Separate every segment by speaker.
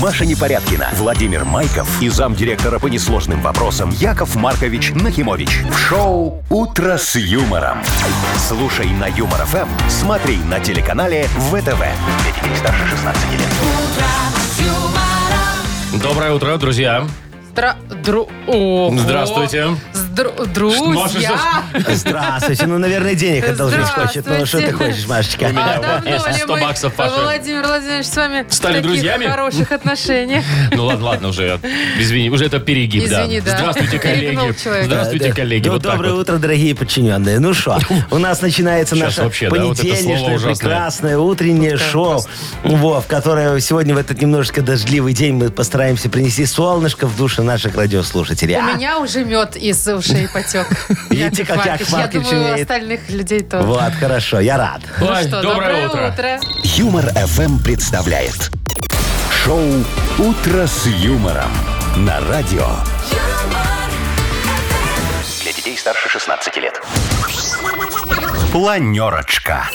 Speaker 1: Маша Непорядкина, Владимир Майков и замдиректора по несложным вопросам Яков Маркович Нахимович. В шоу «Утро с юмором». Слушай на Юмор ФМ, смотри на телеканале ВТВ. Для детей старше 16 лет.
Speaker 2: Доброе утро, друзья.
Speaker 3: Здра... дру-
Speaker 4: Ну,
Speaker 3: Ого.
Speaker 2: Здравствуйте.
Speaker 3: Здру-
Speaker 2: Маша,
Speaker 3: Друзья.
Speaker 2: что-
Speaker 4: Здравствуйте. Ну, наверное, денег одолжить хочет. Ну, что ты хочешь, Машечка?
Speaker 3: А давно
Speaker 2: конечно,
Speaker 3: ли
Speaker 2: 100
Speaker 3: мы,
Speaker 2: баксов, Паша.
Speaker 3: Владимир Владимирович, с вами
Speaker 2: Стали
Speaker 3: в таких
Speaker 2: друзьями?
Speaker 3: хороших отношениях?
Speaker 2: Ну ладно, ладно, уже. Извини, уже это перегиб,
Speaker 3: Извини, да.
Speaker 2: Здравствуйте,
Speaker 3: Перегнул
Speaker 2: коллеги.
Speaker 3: человек.
Speaker 2: Здравствуйте,
Speaker 4: Да, да.
Speaker 2: коллеги.
Speaker 4: Ну,
Speaker 2: Вот так
Speaker 4: доброе
Speaker 2: вот.
Speaker 4: утро, дорогие подчиненные. Ну что, у нас начинается
Speaker 2: Сейчас
Speaker 4: наше
Speaker 2: вообще, да, вот это слово
Speaker 4: понедельничное
Speaker 2: ужасное.
Speaker 4: прекрасное утреннее шоу, во, в которое сегодня в этот немножечко дождливый день мы постараемся принести солнышко в души наших радиослушателей.
Speaker 3: У
Speaker 4: А?
Speaker 3: меня уже мед из ушей потек.
Speaker 4: Видите, как Яков
Speaker 3: Я
Speaker 4: Маркович
Speaker 3: думаю, у
Speaker 4: умеет.
Speaker 3: остальных людей тоже.
Speaker 4: Вот, хорошо, я рад.
Speaker 3: Ну
Speaker 2: Ой,
Speaker 3: что,
Speaker 2: доброе утро.
Speaker 1: Юмор ФМ представляет. Шоу «Утро с юмором» на радио. Для детей старше 16 лет. Планерочка.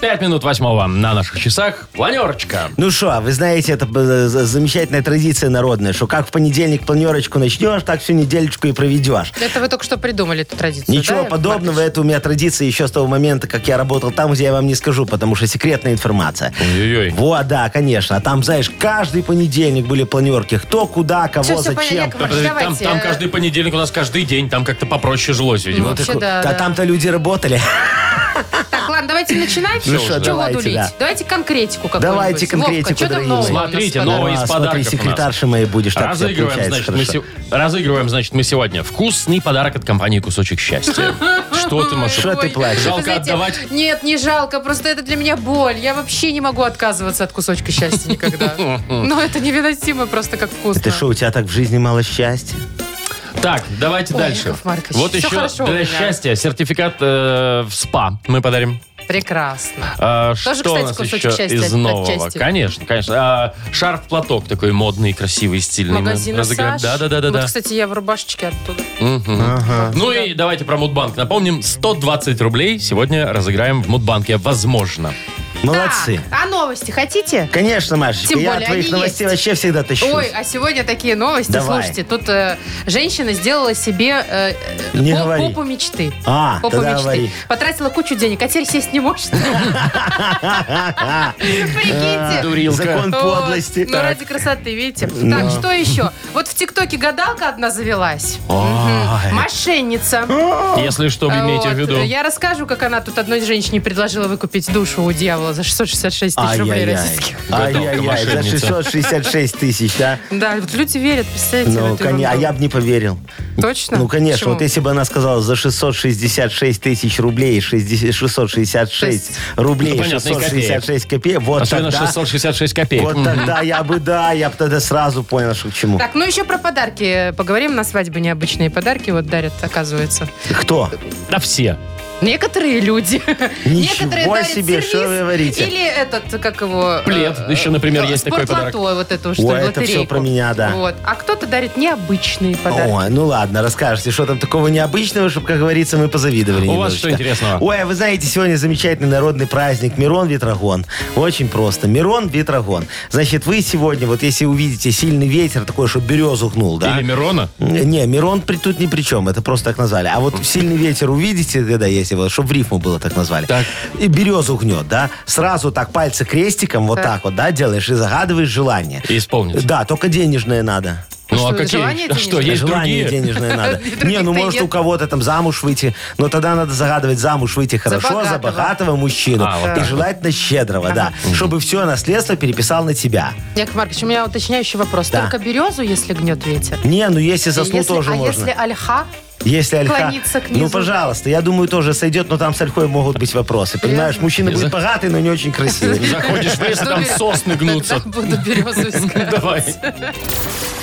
Speaker 2: Пять минут восьмого на наших часах. Планерочка.
Speaker 4: Ну что, вы знаете, это э, з- замечательная традиция народная, что как в понедельник планерочку начнешь, так всю неделечку и проведешь.
Speaker 3: Это вы только что придумали эту традицию,
Speaker 4: Ничего
Speaker 3: да, Яков
Speaker 4: подобного,
Speaker 3: Маркович?
Speaker 4: это у меня традиция еще с того момента, как я работал там, где я вам не скажу, потому что секретная информация.
Speaker 2: Ой-ой-ой.
Speaker 4: Вот, да, конечно. А там, знаешь, каждый понедельник были планерки. Кто, куда, кого,
Speaker 3: Всё, всё понятно,
Speaker 4: зачем.
Speaker 3: Яков Маркович,
Speaker 2: Подожди, Там,
Speaker 3: давайте,
Speaker 2: там
Speaker 3: э,
Speaker 2: каждый понедельник у нас каждый день, там как-то попроще жилось, видимо.
Speaker 3: Ну, вообще, да,
Speaker 4: Да
Speaker 3: да.
Speaker 4: А там-то люди работали.
Speaker 3: Так, ладно, давайте начинать.
Speaker 4: Ну
Speaker 3: Чего
Speaker 4: что, давайте,
Speaker 3: дулить?
Speaker 4: да.
Speaker 3: Давайте конконкретику какую-нибудь.
Speaker 4: Давайте конкретику,
Speaker 3: Вовка, что там
Speaker 4: дорогие
Speaker 3: нового
Speaker 4: мои.
Speaker 3: у нас
Speaker 2: Смотрите,
Speaker 3: в
Speaker 2: нового
Speaker 3: подарок?
Speaker 2: из
Speaker 4: А,
Speaker 2: подарков у
Speaker 4: смотри,
Speaker 2: нас.
Speaker 4: секретарша моя будешь. Так всё
Speaker 2: разыгрываем,
Speaker 4: получается
Speaker 2: значит, мы
Speaker 4: хорошо.
Speaker 2: се- разыгрываем, значит, мы сегодня вкусный подарок от компании «Кусочек счастья». Что ты, Маша?
Speaker 4: Что ты
Speaker 3: Ой,
Speaker 4: плачешь?
Speaker 3: вы
Speaker 2: Жалко
Speaker 3: знаете,
Speaker 2: отдавать?
Speaker 3: Нет, не жалко, просто это для меня боль. Я вообще не могу отказываться от кусочка счастья никогда. Но это невыносимо просто как вкусно.
Speaker 4: Ты что, у тебя так в жизни мало счастья?
Speaker 2: Так, давайте
Speaker 3: Ой,
Speaker 2: дальше.
Speaker 3: Яков Маркович,
Speaker 2: Вот
Speaker 3: всё
Speaker 2: еще
Speaker 3: хорошо у
Speaker 2: для
Speaker 3: меня.
Speaker 2: счастья сертификат э, в СПА мы подарим.
Speaker 3: Прекрасно.
Speaker 2: А,
Speaker 3: Тоже,
Speaker 2: что
Speaker 3: кстати,
Speaker 2: у нас
Speaker 3: кусочек
Speaker 2: еще
Speaker 3: счастья
Speaker 2: из
Speaker 3: от-
Speaker 2: нового?
Speaker 3: отчасти.
Speaker 2: Конечно, конечно. А, шарф-платок такой модный, красивый, стильный. мы
Speaker 3: Магазин
Speaker 2: разыграем.
Speaker 3: «Саш».
Speaker 2: Да, да, да, да,
Speaker 3: Вот,
Speaker 2: да.
Speaker 3: кстати, я в рубашечке оттуда.
Speaker 2: Мгм. Ну и давайте про Мудбанк. Напомним, 120 рублей сегодня разыграем в Мудбанке. Возможно.
Speaker 4: Молодцы.
Speaker 3: Так, а новости хотите?
Speaker 4: Конечно, Машечка,
Speaker 3: Тем
Speaker 4: я
Speaker 3: более
Speaker 4: от твоих
Speaker 3: они
Speaker 4: новостей
Speaker 3: есть.
Speaker 4: вообще всегда тащусь.
Speaker 3: Ой, а сегодня такие новости.
Speaker 4: Давай.
Speaker 3: Слушайте, тут э, женщина сделала себе э, э,
Speaker 4: Не
Speaker 3: поп-
Speaker 4: говори.
Speaker 3: попу мечты.
Speaker 4: А,
Speaker 3: попу
Speaker 4: тогда
Speaker 3: мечты.
Speaker 4: говори.
Speaker 3: Потратила кучу денег, а теперь сесть не может. Прикиньте.
Speaker 4: Закон
Speaker 3: Вот.
Speaker 4: подлости. Ну.
Speaker 3: Ну, ради красоты, видите. Так, что еще? Вот в ТикТоке гадалка одна завелась. Мгм. Мошенница.
Speaker 4: А?
Speaker 2: Если что, имейте в
Speaker 3: А Вот.
Speaker 2: виду.
Speaker 3: Я расскажу, как она тут одной женщине предложила выкупить душу у дьявола за 666 тысяч рублей
Speaker 4: Ай-яй-яй.
Speaker 3: российских.
Speaker 4: Ай-яй-яй, за
Speaker 2: мошенница.
Speaker 4: 666 тысяч, а?
Speaker 3: Да, вот люди верят, представляете, в
Speaker 4: Ну,
Speaker 3: эту
Speaker 4: коня- а
Speaker 3: ерунду.
Speaker 4: я бы не поверил.
Speaker 3: Точно?
Speaker 4: Ну, конечно,
Speaker 3: Почему?
Speaker 4: вот если бы она сказала за 666 тысяч рублей, 60 666
Speaker 3: То есть-
Speaker 4: рублей,
Speaker 2: Ну, понятно, и
Speaker 4: 666 копеек, вот
Speaker 2: Особенно
Speaker 4: тогда,
Speaker 2: 666 копеек.
Speaker 4: вот
Speaker 2: Мгм.
Speaker 4: тогда я бы, да, я бы тогда сразу понял, что к чему.
Speaker 3: Так, ну еще про подарки поговорим. На свадьбе необычные подарки вот дарят, оказывается.
Speaker 4: Кто?
Speaker 2: Да все.
Speaker 3: Некоторые люди. Некоторые
Speaker 4: Ничего
Speaker 3: дарят
Speaker 4: себе, что вы
Speaker 3: сервиз
Speaker 4: говорите.
Speaker 3: Или этот, как его...
Speaker 2: Плед
Speaker 3: э,
Speaker 2: еще, например,
Speaker 3: э,
Speaker 2: есть такой
Speaker 3: спортлото, вот это что
Speaker 4: Ой,
Speaker 3: ли,
Speaker 4: это
Speaker 3: лотерейку.
Speaker 4: всё про меня, да.
Speaker 3: Вот. А кто-то дарит необычные подарки.
Speaker 4: Ой, ну ладно, расскажете, что там такого необычного, чтобы, как говорится, мы позавидовали
Speaker 2: У вас
Speaker 4: немножечко.
Speaker 2: что интересного?
Speaker 4: Ой, а вы знаете, сегодня замечательный народный праздник Мирон Ветрогон. Очень просто. Мирон Ветрогон. Значит, вы сегодня, вот если увидите сильный ветер, такой, что березу гнул, да?
Speaker 2: Или Мирона.
Speaker 4: Не, Мирон при- тут ни при чем, это просто так назвали. А вот сильный ветер увидите, когда есть его, чтобы в рифму было так назвали.
Speaker 2: Так.
Speaker 4: И березу гнет, да? Сразу так пальцы крестиком вот так вот, да, делаешь и загадываешь желание.
Speaker 2: И исполнить.
Speaker 4: Да, только денежное надо.
Speaker 2: Ну, а
Speaker 3: Что, желание
Speaker 2: какие? Что,
Speaker 3: денежное?
Speaker 2: есть
Speaker 4: Желание
Speaker 2: другие?
Speaker 4: денежное надо.
Speaker 3: Других-то
Speaker 4: Не, ну
Speaker 3: и
Speaker 4: может
Speaker 3: нет.
Speaker 4: у кого-то там замуж выйти, но тогда надо загадывать замуж выйти хорошо за
Speaker 3: богатого.
Speaker 4: богатого мужчину.
Speaker 2: А, вот так
Speaker 4: И
Speaker 2: вот.
Speaker 4: желательно щедрого, да.
Speaker 3: Ага.
Speaker 4: Чтобы все наследство переписал на тебя.
Speaker 3: Яков Маркович, у меня уточняющий вопрос.
Speaker 4: Да.
Speaker 3: Только березу, если гнет ветер?
Speaker 4: Не, ну если заснул,
Speaker 3: Если-
Speaker 4: тоже
Speaker 3: а
Speaker 4: можно.
Speaker 3: если альха?
Speaker 4: Если альха...
Speaker 3: Клониться к низу.
Speaker 4: Ну, пожалуйста, я думаю, тоже сойдет, но там с альхой могут быть вопросы. Понимаешь, мужчина будет богатый, но не очень красивый.
Speaker 2: Заходишь в лес, а там
Speaker 3: Что,
Speaker 2: сосны
Speaker 3: тогда
Speaker 2: гнутся.
Speaker 3: буду березу искать.
Speaker 2: Давай.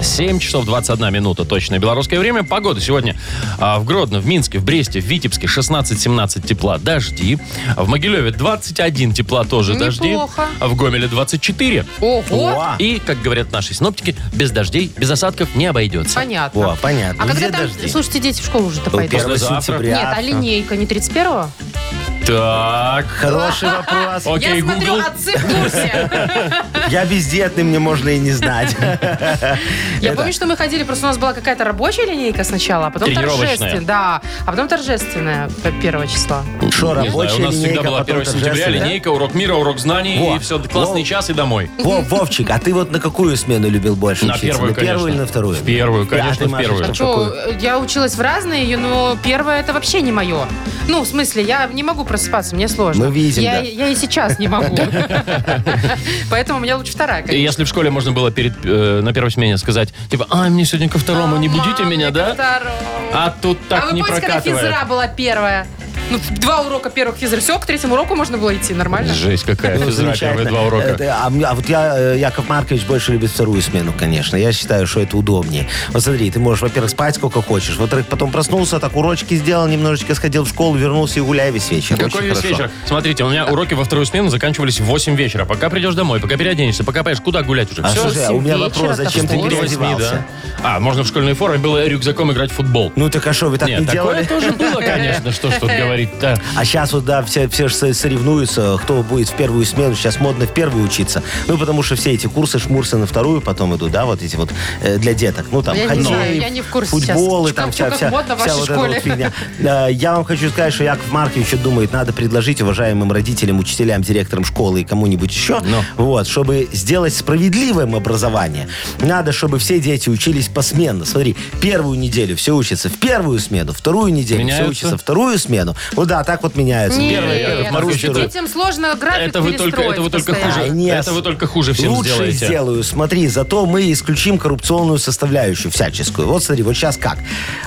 Speaker 2: 7 часов 21 минута, точное белорусское время. Погода сегодня а, в Гродно, в Минске, в Бресте, в Витебске 16-17 тепла, дожди. А В Могилеве 21 тепла тоже дожди.
Speaker 3: Неплохо.
Speaker 2: А в Гомеле 24.
Speaker 3: Ого!
Speaker 4: Во. А.
Speaker 2: И, как говорят наши синоптики, без дождей, без осадков не обойдется.
Speaker 3: Понятно.
Speaker 4: Во, понятно.
Speaker 3: А когда
Speaker 4: Где
Speaker 3: там,
Speaker 4: дожди?
Speaker 3: слушайте, дети в школу уже-то
Speaker 4: Ну,
Speaker 3: пойдут?
Speaker 4: 1
Speaker 2: Послезавтра.
Speaker 4: сентября.
Speaker 3: Нет, а линейка не 31-го?
Speaker 2: Так.
Speaker 4: Хороший вопрос.
Speaker 2: Окей,
Speaker 3: а, Я смотрю,
Speaker 2: Google.
Speaker 3: отцы в курсе.
Speaker 4: Я бездетный, мне можно и не знать.
Speaker 3: Я
Speaker 4: Это-
Speaker 3: помню, что мы ходили, просто у нас была какая-то рабочая линейка сначала, а потом
Speaker 2: Тренировочная.
Speaker 3: торжественная. Да, а потом торжественная п- первого числа.
Speaker 4: Что,
Speaker 2: Не знаю, у
Speaker 4: рабочая
Speaker 2: нас всегда
Speaker 4: линейка,
Speaker 2: была 1
Speaker 4: потом
Speaker 2: сентября
Speaker 4: торжественная?
Speaker 2: линейка, урок мира, урок знаний,
Speaker 4: Во.
Speaker 2: и все, классный
Speaker 4: Во.
Speaker 2: час и домой.
Speaker 4: Во, Вовчик, а ты вот на какую смену любил больше
Speaker 2: На
Speaker 4: учиться?
Speaker 2: первую,
Speaker 4: на первую
Speaker 2: конечно.
Speaker 4: или на вторую?
Speaker 2: В первую,
Speaker 4: Да,
Speaker 2: конечно,
Speaker 4: ты,
Speaker 2: в
Speaker 4: Маша,
Speaker 2: первую.
Speaker 4: что,
Speaker 2: А
Speaker 3: Че,
Speaker 4: какую?
Speaker 3: э, я училась в разные, но первое это вообще не мое. Ну, в смысле, я не могу просыпаться, мне сложно.
Speaker 4: Мы видим,
Speaker 3: я,
Speaker 4: да.
Speaker 3: я и сейчас не могу. Поэтому у меня лучше вторая,
Speaker 2: И
Speaker 3: конечно.
Speaker 2: Если в школе можно было перед, э, на первой смене сказать, типа, а, мне сегодня ко второму, не
Speaker 3: Мам,
Speaker 2: будите меня,
Speaker 3: А, мне ко
Speaker 2: да?
Speaker 3: второму.
Speaker 2: А тут
Speaker 3: а
Speaker 2: так
Speaker 3: вы
Speaker 2: не
Speaker 3: помните, когда
Speaker 2: прокатывает.
Speaker 3: физра была первая? Ну, два урока первых физра. Все, к третьему уроку можно было идти, нормально?
Speaker 2: Жесть какая,
Speaker 4: Ну,
Speaker 2: физра,
Speaker 4: замечательно.
Speaker 2: первые два урока.
Speaker 4: Это, а, мне- а вот я, э, Яков Маркович, больше любит вторую смену, конечно. Я считаю, что это удобнее. Вот смотри, ты можешь, во-первых, спать сколько хочешь, во-вторых, потом проснулся, так урочки сделал, немножечко сходил в школу, вернулся и гуляй весь вечер.
Speaker 2: Какой
Speaker 4: Очень
Speaker 2: весь
Speaker 4: хорошо.
Speaker 2: вечер? Смотрите, у меня уроки во вторую смену заканчивались в 8 вечера. Пока придешь домой, пока переоденешься, пока поешь, куда гулять уже.
Speaker 4: А
Speaker 2: Все,
Speaker 4: слушай, а у меня вопрос, зачем ты
Speaker 3: До восьми,
Speaker 4: переодевался?
Speaker 2: А, можно в школьной форме было рюкзаком играть в футбол.
Speaker 4: Ну так а что, вы так
Speaker 2: Нет,
Speaker 4: не
Speaker 2: такое
Speaker 4: делали?
Speaker 2: тоже было, конечно, что ж тут говорить. Да.
Speaker 4: А сейчас вот, да, все, все же со- соревнуются, кто будет в первую смену. Сейчас модно в первую учиться. Ну, потому что все эти курсы, шмурсы на вторую потом идут, да, вот эти вот э, для деток. Ну, там,
Speaker 3: Я не
Speaker 4: хоккей,
Speaker 3: знаю, я не в курсе
Speaker 4: футбол
Speaker 3: сейчас.
Speaker 4: и там
Speaker 3: Что там,
Speaker 4: вся,
Speaker 3: как
Speaker 4: вся,
Speaker 3: модно в
Speaker 4: вся
Speaker 3: вашей
Speaker 4: вот эта вот
Speaker 3: школе?
Speaker 4: фигня. Э, Я вам хочу сказать, что Яков Маркович еще думает, надо предложить уважаемым родителям, учителям, директорам школы и кому-нибудь еще,
Speaker 2: Ну.
Speaker 4: вот, чтобы сделать справедливым образование. Надо, чтобы все дети учились посменно. Смотри, первую неделю все учатся в первую смену, вторую неделю
Speaker 2: Меняются?
Speaker 4: все учатся в вторую смену. Ну да, так вот меняется.
Speaker 3: Нет,
Speaker 2: Первое, первое, второе,
Speaker 4: Марусю
Speaker 2: второе.
Speaker 3: детям сложно график
Speaker 2: э, Это вы только, это вы
Speaker 3: перестроить
Speaker 2: только
Speaker 3: постоянно.
Speaker 2: хуже.
Speaker 4: Ай, А, нет.
Speaker 2: Это вы только хуже всем
Speaker 4: Лучше
Speaker 2: сделаете.
Speaker 4: сделаю, смотри, зато мы исключим коррупционную составляющую всяческую. Вот смотри, вот сейчас как.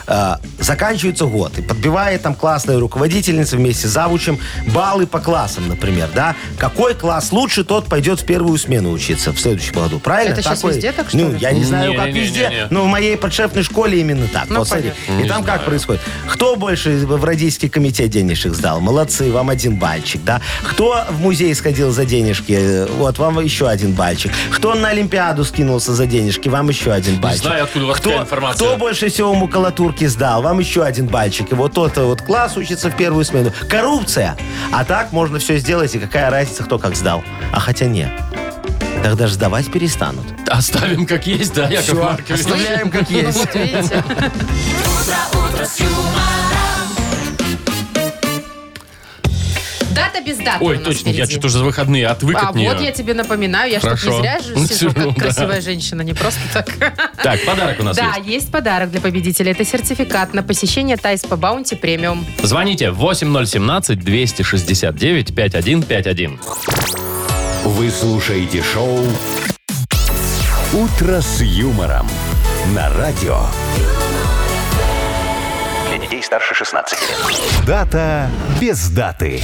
Speaker 4: Э, заканчивается год, и подбивает там классная руководительница вместе с завучем баллы по классам, например, да? Какой класс лучше, тот пойдет в первую смену учиться в следующем году, правильно?
Speaker 3: Это щас
Speaker 4: Такой-
Speaker 3: везде так, что
Speaker 4: Ну,
Speaker 3: ли?
Speaker 4: я не знаю, как
Speaker 2: Не-не-не-не-не.
Speaker 4: везде, но в моей подшефной школе именно так.
Speaker 3: Ну,
Speaker 4: Вот смотри.
Speaker 3: понятно.
Speaker 4: И там как происходит? Кто больше в родительский комитет денежек сдал? Молодцы, вам один бальчик, да? Кто в музей сходил за денежки? Вот, вам еще один бальчик. Кто на Олимпиаду скинулся за денежки? Вам еще один бальчик.
Speaker 2: знаю, откуда у вас такая
Speaker 4: кто,
Speaker 2: информация.
Speaker 4: кто больше всего макулатурки сдал? Вам еще один бальчик. И вот тот вот класс учится в первую смену. Коррупция! А так можно все сделать, и какая разница, кто как сдал. А хотя нет. Тогда же сдавать перестанут.
Speaker 2: Оставим как есть, да, Яков
Speaker 4: Всё,
Speaker 2: Маркович?
Speaker 4: оставляем как
Speaker 3: Ну,
Speaker 4: есть.
Speaker 3: вот видите. Дата без даты у
Speaker 2: Ой,
Speaker 3: нас
Speaker 2: точно, я
Speaker 3: впереди.
Speaker 2: что-то уже за выходные отвык
Speaker 3: А
Speaker 2: от нее.
Speaker 3: вот я тебе напоминаю, я что-то не
Speaker 2: Хорошо.
Speaker 3: зря же сижу,
Speaker 2: Сижу,
Speaker 3: как
Speaker 2: да.
Speaker 3: красивая женщина, не просто так.
Speaker 2: Так, подарок у нас
Speaker 3: Да,
Speaker 2: есть.
Speaker 3: есть подарок для победителя. Это сертификат на посещение Тайс по Баунти премиум.
Speaker 2: Звоните 8017-269-5151.
Speaker 1: Вы слушаете шоу «Утро с юмором» на радио.
Speaker 5: Для детей старше 16 лет.
Speaker 1: Дата без даты.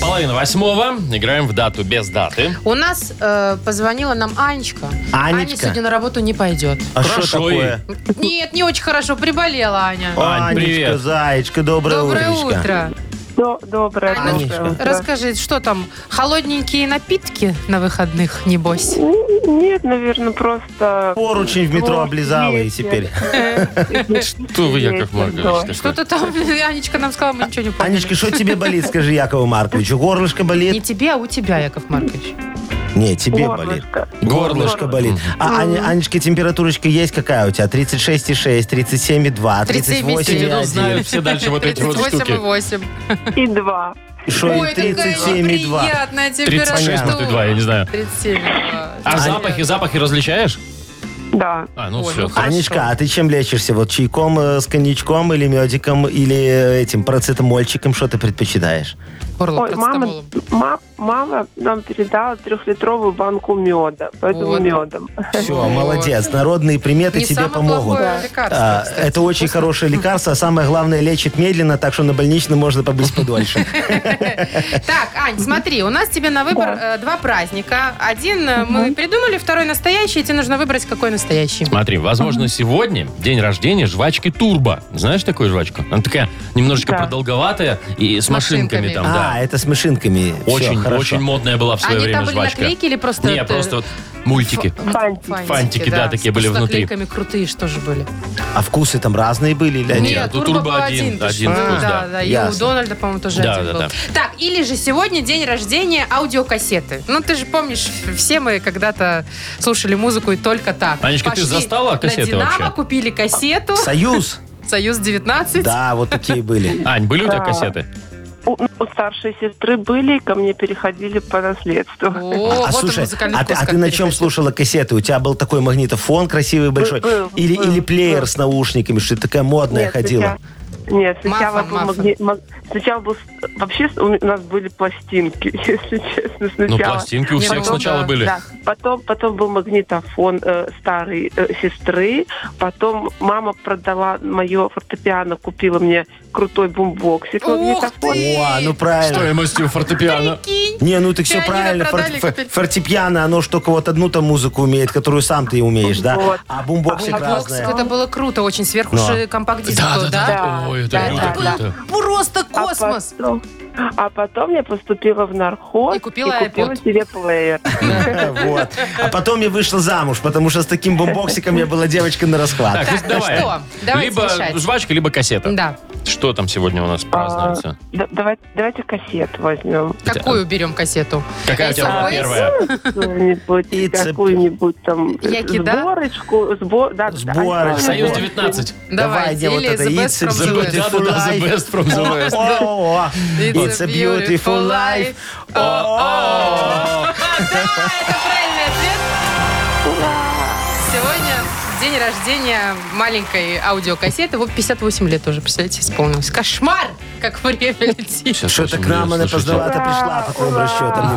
Speaker 2: Половина восьмого. Играем в дату без даты.
Speaker 3: У нас э, позвонила нам Анечка. Аня
Speaker 4: Анечка?
Speaker 3: сегодня на работу не пойдет.
Speaker 4: А что
Speaker 2: Хорошо
Speaker 4: такое?
Speaker 2: и-
Speaker 3: Нет, не очень хорошо, приболела Аня.
Speaker 2: Ань,
Speaker 4: Анечка,
Speaker 2: привет.
Speaker 4: зайчка, доброе,
Speaker 3: Доброе
Speaker 4: утречко.
Speaker 3: утро.
Speaker 6: До- Доброе,
Speaker 4: Анечка.
Speaker 6: доброе утро.
Speaker 3: Расскажи, что там, холодненькие напитки на выходных, небось?
Speaker 6: Н- Нет, наверное, просто...
Speaker 4: Поручень в метро
Speaker 6: Вот,
Speaker 4: облизала и
Speaker 6: нет,
Speaker 4: теперь.
Speaker 6: нет.
Speaker 2: Что вы, Яков Маркович,
Speaker 3: Что-то там, Анечка нам сказала, мы ничего не помним.
Speaker 4: Анечка, что тебе болит, скажи Якову Марковичу? Горлышко
Speaker 3: Не
Speaker 4: болит?
Speaker 3: тебе, а у тебя, Яков Маркович.
Speaker 4: Не, тебе болит.
Speaker 6: Горлышко.
Speaker 4: Горлышко
Speaker 2: Горлышко.
Speaker 4: болит. А Аня- Анечка, температурочка есть какая у тебя? 36,6, 37,2,
Speaker 3: 37,7.
Speaker 4: 38,1.
Speaker 2: Ну, знаю все дальше вот эти вот штуки.
Speaker 3: 38,8.
Speaker 6: И два.
Speaker 4: Шо, и 37,2.
Speaker 3: неприятная температура.
Speaker 2: 36, ну ты два, я не знаю.
Speaker 3: 37,2.
Speaker 2: А запахи, запахи различаешь?
Speaker 6: Да.
Speaker 2: А, ну
Speaker 3: Ой,
Speaker 2: все.
Speaker 3: ну хорошо.
Speaker 4: Анечка, а ты чем лечишься? Вот чайком э, с коньячком или медиком, или э, этим процетамольчиком? Что ты предпочитаешь?
Speaker 3: Горло
Speaker 6: Ой, мама,
Speaker 3: процетамолом.
Speaker 6: Ма- мама нам передала трехлитровую банку меда, поэтому
Speaker 3: Вот.
Speaker 6: медом.
Speaker 4: Все,
Speaker 3: Вот.
Speaker 4: молодец. Народные приметы
Speaker 3: Не
Speaker 4: тебе
Speaker 3: самое
Speaker 4: помогут.
Speaker 3: плохое лекарство,
Speaker 4: А,
Speaker 3: кстати.
Speaker 4: это очень хорошее лекарство, а самое главное, лечит медленно, так что на больничном можно побыть подольше.
Speaker 3: Так, Ань, смотри, у нас тебе на выбор э, два праздника. Один э, мы придумали, второй настоящий, и тебе нужно выбрать, какой настоящий.
Speaker 2: Смотри, возможно, сегодня день рождения жвачки Турбо. Знаешь такую жвачку? Она такая немножечко
Speaker 6: Да.
Speaker 2: продолговатая и с
Speaker 3: машинками.
Speaker 2: машинками, там,
Speaker 4: А,
Speaker 2: да.
Speaker 4: это с мышинками. Всё,
Speaker 2: Очень,
Speaker 4: хорошо.
Speaker 2: очень модная была в свое
Speaker 3: Они
Speaker 2: время
Speaker 3: там были
Speaker 2: жвачка.
Speaker 3: наклейки или просто...
Speaker 2: Не,
Speaker 3: вот, э,
Speaker 2: просто вот мультики.
Speaker 6: Фантики.
Speaker 3: фантики,
Speaker 2: Фантики, да, такие
Speaker 3: с-
Speaker 2: были
Speaker 3: с
Speaker 2: внутри.
Speaker 3: наклейками крутые что же были.
Speaker 4: А вкусы там разные были или
Speaker 2: Нет,
Speaker 4: они?
Speaker 2: а тут Турбо
Speaker 3: был
Speaker 2: один,
Speaker 3: ты
Speaker 2: один
Speaker 3: что?
Speaker 2: вкус, да.
Speaker 3: да, да. И у
Speaker 4: Ясно.
Speaker 3: Дональда, по-моему, тоже
Speaker 2: Да,
Speaker 3: один
Speaker 2: да,
Speaker 3: был.
Speaker 2: да.
Speaker 3: Так, или же сегодня день рождения аудиокассеты. Ну, ты же помнишь, все мы когда-то слушали музыку и только так.
Speaker 2: Анечка, ты
Speaker 3: Пошли
Speaker 2: застала кассеты
Speaker 3: на Динамо,
Speaker 2: вообще?
Speaker 3: купили кассету
Speaker 4: Союз?
Speaker 3: «Союз-19».
Speaker 4: Да, вот такие были.
Speaker 2: Ань, были у тебя
Speaker 6: Да.
Speaker 2: кассеты?
Speaker 6: У, ну, у старшей сестры были, ко мне переходили по наследству.
Speaker 3: О,
Speaker 4: а
Speaker 3: вот он,
Speaker 4: слушай,
Speaker 3: музыкальный
Speaker 4: а ты,
Speaker 3: вкус
Speaker 4: а ты
Speaker 3: как
Speaker 4: на чем
Speaker 3: перехотел.
Speaker 4: слушала кассеты? У тебя был такой магнитофон красивый большой?
Speaker 6: был,
Speaker 4: или,
Speaker 6: был,
Speaker 4: или плеер
Speaker 6: был.
Speaker 4: с наушниками, что ты такая модная
Speaker 6: Нет,
Speaker 4: ходила?
Speaker 6: сначала- Нет, сначала
Speaker 3: Мафа,
Speaker 6: был
Speaker 3: мафа.
Speaker 6: магни- маг- Сначала был... с- Вообще с- у нас были пластинки, если честно, сначала.
Speaker 2: Ну, пластинки у
Speaker 3: Не,
Speaker 2: всех
Speaker 3: потом,
Speaker 2: сначала
Speaker 3: да,
Speaker 2: были.
Speaker 6: э, Да, потом, потом был магнитофон э, старой э, сестры, потом мама продала мое фортепиано, купила мне крутой бумбоксик
Speaker 3: Ух
Speaker 6: магнитофон.
Speaker 3: ты!
Speaker 4: О, ну правильно.
Speaker 2: Стоимостью фортепиано.
Speaker 3: Прикинь.
Speaker 4: Не, ну ты все
Speaker 3: Пианино
Speaker 4: правильно. Фор-
Speaker 3: продали,
Speaker 4: фор-
Speaker 3: купили.
Speaker 4: Фортепиано, оно ж только вот одну там музыку умеет, которую сам ты умеешь, да?
Speaker 6: Вот.
Speaker 4: А бумбоксик
Speaker 3: А бокс,
Speaker 4: разное.
Speaker 3: это было круто, очень сверху
Speaker 4: Ну, а-
Speaker 3: же компакт-диск был, да?
Speaker 2: Да-да-да. Ой, это
Speaker 6: Да,
Speaker 2: круто,
Speaker 6: да,
Speaker 3: Был
Speaker 2: круто.
Speaker 3: Просто
Speaker 6: А
Speaker 3: космос.
Speaker 6: потом- А потом я поступила в нархоз
Speaker 3: И купила iPod.
Speaker 6: себе плеер.
Speaker 4: Вот. А потом я вышла замуж, потому что с таким бумбоксиком я была девочка на расклад.
Speaker 2: Так, ну давай.
Speaker 3: что, давайте
Speaker 2: Либо
Speaker 3: решать.
Speaker 2: жвачка, либо кассета.
Speaker 3: Да.
Speaker 2: Что там сегодня у нас празднуется?
Speaker 6: А, Да- Давайте, давайте кассету возьмем.
Speaker 2: а
Speaker 3: Какую берем кассету?
Speaker 2: Какая у тебя была
Speaker 3: SOS?
Speaker 2: первая?
Speaker 4: И
Speaker 6: Какую-нибудь,
Speaker 4: цепь.
Speaker 6: какую-нибудь там э,
Speaker 3: Яки, да?
Speaker 6: сборочку. Сбор, да, да,
Speaker 4: Сборочку.
Speaker 6: альбом.
Speaker 2: Союз 19.
Speaker 3: Давайте.
Speaker 4: Давайте вот
Speaker 3: Или
Speaker 4: это
Speaker 3: The Best From
Speaker 4: It's
Speaker 3: the
Speaker 4: Beautiful.
Speaker 3: West.
Speaker 2: Да-да-да, the best from the west.
Speaker 4: О, о,
Speaker 3: It's a beautiful life. А,
Speaker 4: О, о.
Speaker 3: Да, это правильный ответ. Сегодня день рождения маленькой аудиокассеты. Вот 58 лет уже, представляете, исполнилось. Кошмар, как время летит.
Speaker 4: Что-то к нам она поздновато пришла по твоим расчетам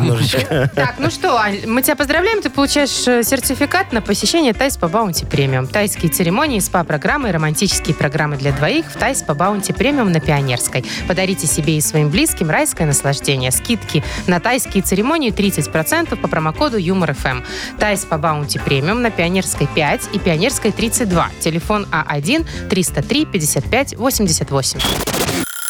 Speaker 4: немножечко.
Speaker 3: Так, ну что, Ань, мы тебя поздравляем. Ты получаешь э, сертификат на посещение Тайс по Баунти Премиум. Тайские церемонии, СПА-программы и романтические программы для двоих в Тайс по Баунти Премиум на Пионерской. Подарите себе и своим близким райское наслаждение. Скидки на тайские церемонии 30% по промокоду Юмор ФМ. Тайс по Баунти Премиум на Пионерской 5 и Пионерской 32. Телефон А А1 303 55 88.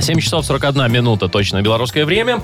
Speaker 2: 7 часов 41 минута, точно, белорусское время.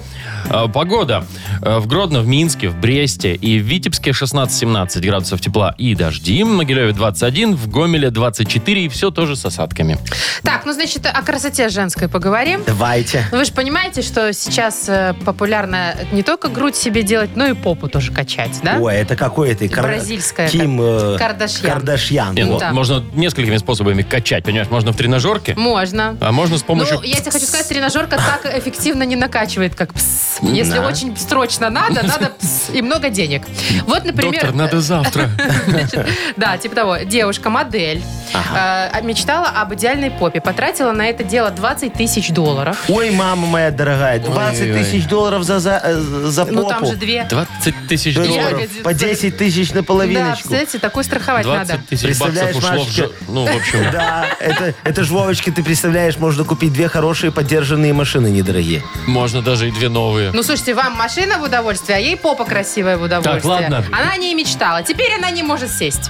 Speaker 2: Э, Погода. Э, В Гродно, в Минске, в Бресте и в Витебске 16-17 градусов тепла и дожди. В Могилеве 21, в Гомеле 24 и все тоже с осадками.
Speaker 3: Так, ну значит, о красоте женской поговорим.
Speaker 4: Давайте.
Speaker 3: Ну, вы же понимаете, что сейчас э, популярно не только грудь себе делать, но и попу тоже качать, да?
Speaker 4: Ой, это какой этой? Кар-
Speaker 3: Бразильская
Speaker 4: Ким э,
Speaker 3: как- Кардашьян.
Speaker 4: Кардашьян.
Speaker 2: Не,
Speaker 3: Ну
Speaker 2: ну,
Speaker 3: да.
Speaker 2: Можно несколькими способами качать, понимаешь? Можно в тренажерке,
Speaker 3: Можно.
Speaker 2: а можно с помощью...
Speaker 3: Ну, я тебе хочу сказать, тренажерка так эффективно не накачивает, как пс. Если очень срочно надо, надо пс и много денег. Вот, например...
Speaker 2: Доктор, надо завтра.
Speaker 3: Значит, да, типа того. Девушка-модель э, мечтала об идеальной попе. Потратила на это дело 20 тысяч долларов.
Speaker 4: Ой, мама моя дорогая, 20
Speaker 2: Ой-ой-ой.
Speaker 4: тысяч долларов за, за, э, за попу.
Speaker 3: Ну, там же две.
Speaker 2: 20 тысяч
Speaker 4: Долларов.
Speaker 2: долларов.
Speaker 3: ягодицы.
Speaker 4: По 10 тысяч
Speaker 3: Да,
Speaker 4: на половиночку.
Speaker 3: представляете, такой страховать надо.
Speaker 2: 20 тысяч
Speaker 4: Представляешь,
Speaker 2: баксов ушло в... жо-
Speaker 4: Машечка?
Speaker 2: Ну, в общем...
Speaker 4: Да, это, это ж, Вовочка, ты представляешь, можно купить две хорошие поддержанные машины недорогие.
Speaker 2: Можно даже и две новые.
Speaker 3: Ну, слушайте, вам машина в удовольствие, а ей попа красивая в удовольствие.
Speaker 2: Так, ладно.
Speaker 3: Она о ней мечтала. Теперь она не может сесть.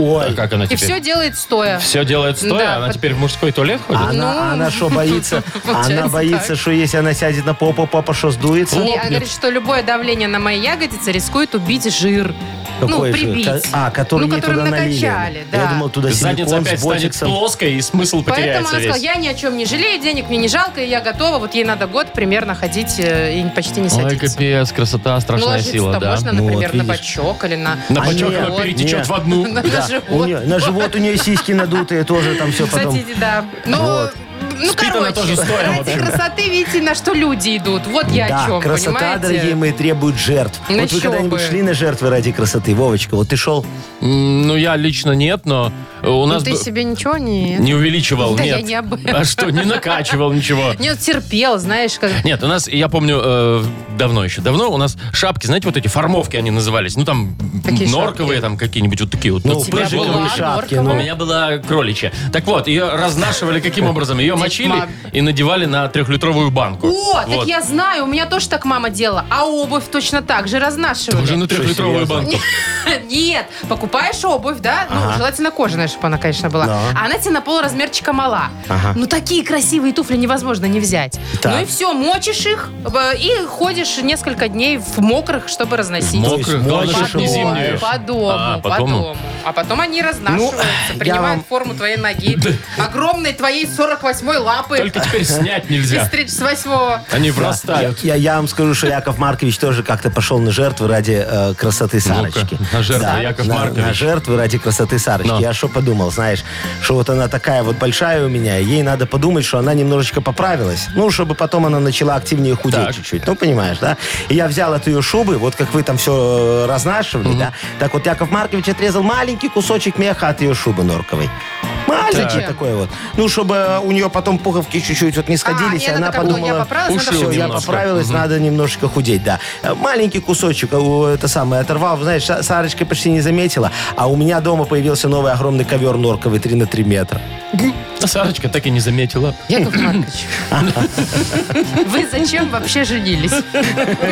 Speaker 2: А
Speaker 4: Ой,
Speaker 2: как она
Speaker 3: И
Speaker 2: теперь?
Speaker 3: все делает стоя.
Speaker 2: Все делает стоя,
Speaker 3: Да,
Speaker 2: она
Speaker 3: под-
Speaker 2: теперь в мужской туалет ходит?
Speaker 3: Ну,
Speaker 4: она она что, боится?
Speaker 3: получается
Speaker 4: Она боится,
Speaker 3: так.
Speaker 4: что если она сядет на попу, попа что, сдуется?
Speaker 3: Не, она говорит, что любое давление на мои ягодицы рискует убить жир.
Speaker 4: Какой
Speaker 3: ну,
Speaker 4: же?
Speaker 3: прибить.
Speaker 4: Ко- А,
Speaker 3: ну,
Speaker 4: который ей
Speaker 3: которым
Speaker 4: туда налили.
Speaker 3: накачали, да.
Speaker 4: Я думал, туда
Speaker 2: Задница
Speaker 4: силикон
Speaker 2: опять станет
Speaker 4: с ботиксом.
Speaker 2: плоская, и смысл
Speaker 3: Поэтому
Speaker 2: потеряется
Speaker 3: она сказала,
Speaker 2: весь.
Speaker 3: я ни о чем не жалею, денег мне не жалко, и я готова. Вот ей надо год примерно ходить э, и почти не
Speaker 2: Ой,
Speaker 3: садиться.
Speaker 2: капец, красота,
Speaker 3: ну,
Speaker 2: страшная
Speaker 3: ложиться-то
Speaker 2: сила, да.
Speaker 3: можно,
Speaker 4: Ну, вот
Speaker 3: например, на
Speaker 4: видишь.
Speaker 3: бочок или на...
Speaker 2: На
Speaker 4: А
Speaker 2: бочок
Speaker 4: нет,
Speaker 2: она перетечет
Speaker 4: нет.
Speaker 2: в одну.
Speaker 3: На
Speaker 4: Да,
Speaker 3: живот.
Speaker 4: у нее- На живот у нее сиськи надутые тоже там все потом.
Speaker 3: Кстати, да. Но
Speaker 4: Вот.
Speaker 3: Ну,
Speaker 2: Спит она
Speaker 3: короче,
Speaker 2: тоже стоя, в
Speaker 3: ради
Speaker 2: общем.
Speaker 3: красоты, видите, на что люди идут. Вот я
Speaker 4: да,
Speaker 3: о чем,
Speaker 4: красота,
Speaker 3: понимаете?
Speaker 4: дорогие мои, требует жертв.
Speaker 3: Ну,
Speaker 4: вот вы
Speaker 3: еще
Speaker 4: когда-нибудь
Speaker 3: бы.
Speaker 4: шли на жертвы ради красоты, Вовочка? Вот ты шел?
Speaker 2: М, Ну, я лично нет, но э, у
Speaker 3: Ну,
Speaker 2: нас
Speaker 3: ты
Speaker 2: б-
Speaker 3: себе ничего не...
Speaker 2: не увеличивал,
Speaker 3: Да, я
Speaker 2: нет.
Speaker 3: не об этом.
Speaker 2: А что, не накачивал ничего?
Speaker 3: Не терпел, знаешь, как...
Speaker 2: Нет, у нас, я помню, э, давно еще, давно у нас шапки, знаете, вот эти формовки они назывались, ну там
Speaker 3: Какие
Speaker 2: норковые,
Speaker 3: шапки?
Speaker 2: там какие-нибудь вот такие вот.
Speaker 4: Ну,
Speaker 2: Вот
Speaker 3: тебя
Speaker 2: было
Speaker 4: пыжиковые
Speaker 3: была,
Speaker 2: очень-
Speaker 4: шапки.
Speaker 3: норковая.
Speaker 2: У
Speaker 4: Ну,
Speaker 2: меня была кроличья. Так вот, ее разнашивали каким образом? Ее мочили
Speaker 3: мам.
Speaker 2: и надевали на трехлитровую банку.
Speaker 3: О,
Speaker 2: Вот.
Speaker 3: так я знаю, у меня тоже так мама делала. А обувь точно так же разнашивали.
Speaker 2: Уже на трехлитровую
Speaker 4: серьезно?
Speaker 2: банку.
Speaker 3: Нет, покупаешь обувь, да? Ну, желательно кожаная, чтобы она, конечно, была.
Speaker 4: Да.
Speaker 3: А она тебе на пол размерчика мала.
Speaker 4: Ага.
Speaker 3: Ну, такие красивые туфли невозможно не взять.
Speaker 4: Так.
Speaker 3: Ну и все, мочишь их э, и ходишь несколько дней в мокрых, чтобы разносить.
Speaker 4: мокрых,
Speaker 2: Мокрых, главное,
Speaker 3: По
Speaker 4: По
Speaker 2: Ну, чтоб не
Speaker 4: дому,
Speaker 2: зимнюю.
Speaker 3: дому, по дому,
Speaker 2: А,
Speaker 3: по дому. А потом они разнашиваются,
Speaker 4: Ну, я
Speaker 3: принимают
Speaker 4: вам-
Speaker 3: форму твоей ноги. Огромной твоей 48-й лапы.
Speaker 2: Только теперь снять
Speaker 3: из
Speaker 2: нельзя.
Speaker 3: 38-го.
Speaker 2: Они
Speaker 4: Я,
Speaker 2: врастают.
Speaker 4: я- я вам скажу, что Яков Маркович тоже как-то пошел на жертвы ради э, красоты Сарочки.
Speaker 2: на жертвы, Яков
Speaker 4: на-
Speaker 2: Маркович.
Speaker 4: на жертвы ради красоты Сарочки.
Speaker 2: Ну.
Speaker 4: Я что подумал, знаешь, что вот она такая вот большая у меня, ей надо подумать, что она немножечко поправилась. Ну, чтобы потом она начала активнее худеть
Speaker 2: Так.
Speaker 4: чуть-чуть. Ну, понимаешь, да? И я взял от ее шубы, вот как вы там все разнашивали, да? Так вот Яков Маркович отрезал маленький кусочек меха от ее шубы норковой. Маленький
Speaker 3: Так.
Speaker 4: такой вот. Ну, чтобы у нее потом пуговки чуть-чуть вот не сходились,
Speaker 3: А, нет,
Speaker 4: и она
Speaker 3: это как бы ну, я
Speaker 4: подумала...
Speaker 3: поправилась, надо
Speaker 4: «Всё,
Speaker 2: Ушил
Speaker 4: я
Speaker 2: немножко».
Speaker 4: поправилась, надо немножечко худеть, да. Э, Маленький кусочек, э, у- это самое, оторвал, знаешь, Са- Сарочка почти не заметила, а у меня дома появился новый огромный ковер норковый 3 на 3 метра.
Speaker 2: Сарочка так и не заметила.
Speaker 3: Яков Маркович, вы зачем вообще женились?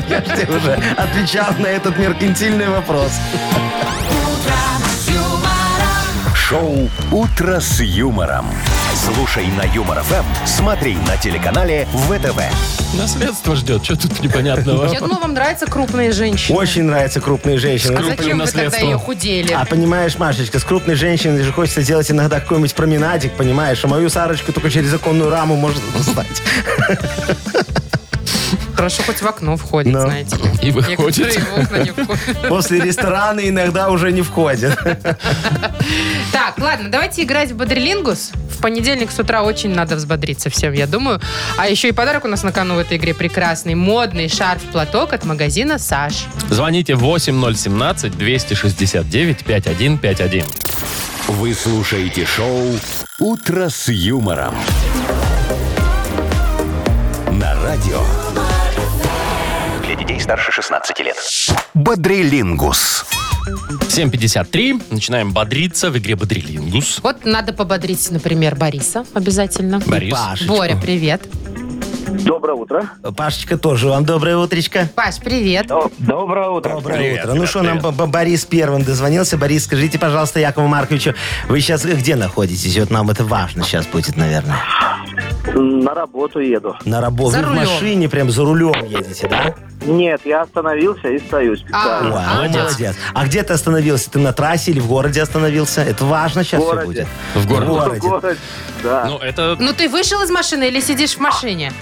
Speaker 4: Я ж тебе уже отвечал на этот меркантильный вопрос.
Speaker 1: Шоу «Утро с юмором». Слушай на Юмор ФМ, смотри на телеканале ВТВ.
Speaker 2: Наследство ждет, что тут непонятного?
Speaker 3: Я думала, вам нравятся крупные женщины.
Speaker 4: Очень нравятся крупные женщины.
Speaker 3: А
Speaker 2: крупным
Speaker 3: зачем вы тогда
Speaker 2: наследством.
Speaker 3: ее худели?
Speaker 4: А понимаешь, Машечка, с крупной женщиной же хочется делать иногда какой-нибудь променадик, понимаешь? А мою Сарочку только через оконную раму можно достать.
Speaker 3: Хорошо, хоть в окно входит,
Speaker 4: Ну.
Speaker 3: знаете. ли.
Speaker 2: И выходит.
Speaker 3: Некоторые в окна не входят.
Speaker 4: После ресторана иногда уже не входит.
Speaker 3: Так, ладно, давайте играть в бодрилингус. В понедельник с утра очень надо взбодриться всем, я думаю. А еще и подарок у нас на кону в этой игре прекрасный. Модный шарф-платок от магазина «Саш».
Speaker 2: Звоните 8017-269-5151.
Speaker 1: Вы слушаете шоу «Утро с юмором». На радио
Speaker 5: Для детей старше 16 лет.
Speaker 1: «Бодрилингус».
Speaker 2: 7.53. Начинаем бодриться в игре «Бодрилингус».
Speaker 3: Вот надо пободрить, например, Бориса обязательно.
Speaker 2: Борис.
Speaker 4: Пашечку.
Speaker 3: Боря, привет.
Speaker 7: Доброе утро.
Speaker 4: Пашечка тоже вам доброе утречко.
Speaker 3: Паш, привет.
Speaker 7: Доброе утро.
Speaker 4: Доброе
Speaker 2: Привет,
Speaker 4: утро. Ну
Speaker 2: ребят,
Speaker 4: что, нам
Speaker 2: привет.
Speaker 4: Б- Б- Борис первым дозвонился. Борис, скажите, пожалуйста, Якову Марковичу, вы сейчас где находитесь? Вот нам это важно сейчас будет, наверное.
Speaker 7: На работу еду.
Speaker 4: На работу.
Speaker 3: За
Speaker 4: Вы в
Speaker 3: рулем.
Speaker 4: машине прям за рулем едете, да?
Speaker 7: Нет, я остановился и стою специально.
Speaker 3: А,
Speaker 4: Ой, ну молодец. А где ты остановился? Ты на трассе или в городе остановился? Это важно сейчас
Speaker 7: В
Speaker 4: все
Speaker 7: городе.
Speaker 4: будет.
Speaker 2: В городе.
Speaker 7: Город, Да.
Speaker 2: Ну, это...
Speaker 3: Ну ты вышел из машины или сидишь в машине?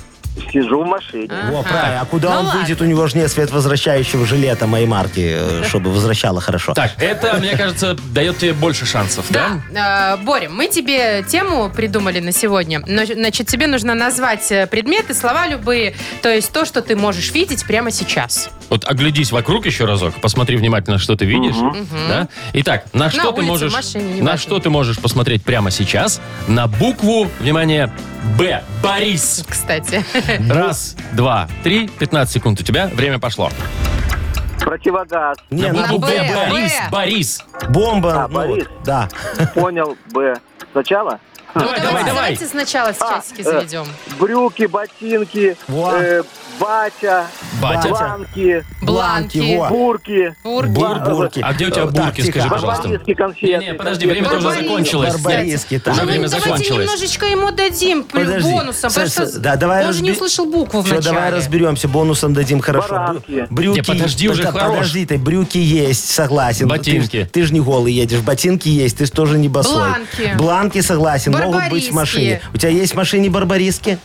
Speaker 7: Сижу в машине.
Speaker 4: Во, правильно. А куда
Speaker 3: Ну
Speaker 4: он
Speaker 3: ладно.
Speaker 4: выйдет? У него же нет свет возвращающего жилета моей марки, э, чтобы возвращало хорошо.
Speaker 2: Так, это, мне кажется, дает тебе больше шансов, да?
Speaker 3: Да, э, Боря, мы тебе тему придумали на сегодня. Но, Значит, тебе нужно назвать э, предметы, слова любые, то есть то, что ты можешь видеть прямо сейчас.
Speaker 2: Вот оглядись вокруг еще разок, посмотри внимательно, что ты видишь. Да? Итак, на что ты
Speaker 3: улице,
Speaker 2: можешь...
Speaker 3: в машине,
Speaker 2: на
Speaker 3: неважно.
Speaker 2: что ты можешь посмотреть прямо сейчас? На букву, внимание, Б. Борис.
Speaker 3: Кстати,
Speaker 2: Раз, два, три, 15 секунд у тебя. Время пошло.
Speaker 7: Противогаз.
Speaker 4: Не,
Speaker 2: на
Speaker 4: на
Speaker 2: букву
Speaker 3: Б,
Speaker 2: Б.
Speaker 3: Б.
Speaker 2: Борис. Борис.
Speaker 4: бомба.
Speaker 7: А,
Speaker 4: ну вот,
Speaker 7: Борис.
Speaker 4: Да.
Speaker 7: Понял. Б. Сначала?
Speaker 3: Ну,
Speaker 2: Давай, давай,
Speaker 3: давайте,
Speaker 2: давай.
Speaker 3: давайте сначала с
Speaker 7: А,
Speaker 3: часики
Speaker 7: э,
Speaker 3: заведем.
Speaker 7: Брюки, ботинки,
Speaker 4: Во.
Speaker 7: э, батя,
Speaker 2: Батя.
Speaker 7: бланки,
Speaker 3: Бланки,
Speaker 4: во.
Speaker 7: бурки,
Speaker 3: бурки.
Speaker 4: Бур- бурки.
Speaker 2: А где у тебя
Speaker 4: Э, так,
Speaker 2: бурки,
Speaker 4: тихо.
Speaker 2: скажи, пожалуйста?
Speaker 7: барбариски, конфеты.
Speaker 2: Не-не, подожди, время
Speaker 7: конфеты.
Speaker 2: тоже
Speaker 3: Барбарис.
Speaker 2: закончилось.
Speaker 4: Барбариски, так.
Speaker 2: Уже
Speaker 3: Ну,
Speaker 2: время
Speaker 3: давайте
Speaker 2: закончилось.
Speaker 3: немножечко ему дадим плюс
Speaker 4: Подожди.
Speaker 3: бонусом, потому
Speaker 4: Саш,
Speaker 3: что
Speaker 4: да, давай
Speaker 3: он же не
Speaker 4: разби-
Speaker 3: услышал букву
Speaker 4: Все,
Speaker 3: вначале.
Speaker 4: давай разберемся, бонусом дадим хорошо.
Speaker 7: Баранки.
Speaker 4: Брю- Брюки.
Speaker 2: Не, подожди уже,
Speaker 4: Да,
Speaker 2: хорош.
Speaker 4: Подожди, ты брюки есть, согласен.
Speaker 2: Ботинки.
Speaker 4: Ты, же не голый едешь, ботинки есть, ты ж тоже не босой.
Speaker 3: Бланки.
Speaker 4: Бланки, согласен, могут
Speaker 3: Барбариски.
Speaker 4: быть в машине. У тебя есть в машине барбариски?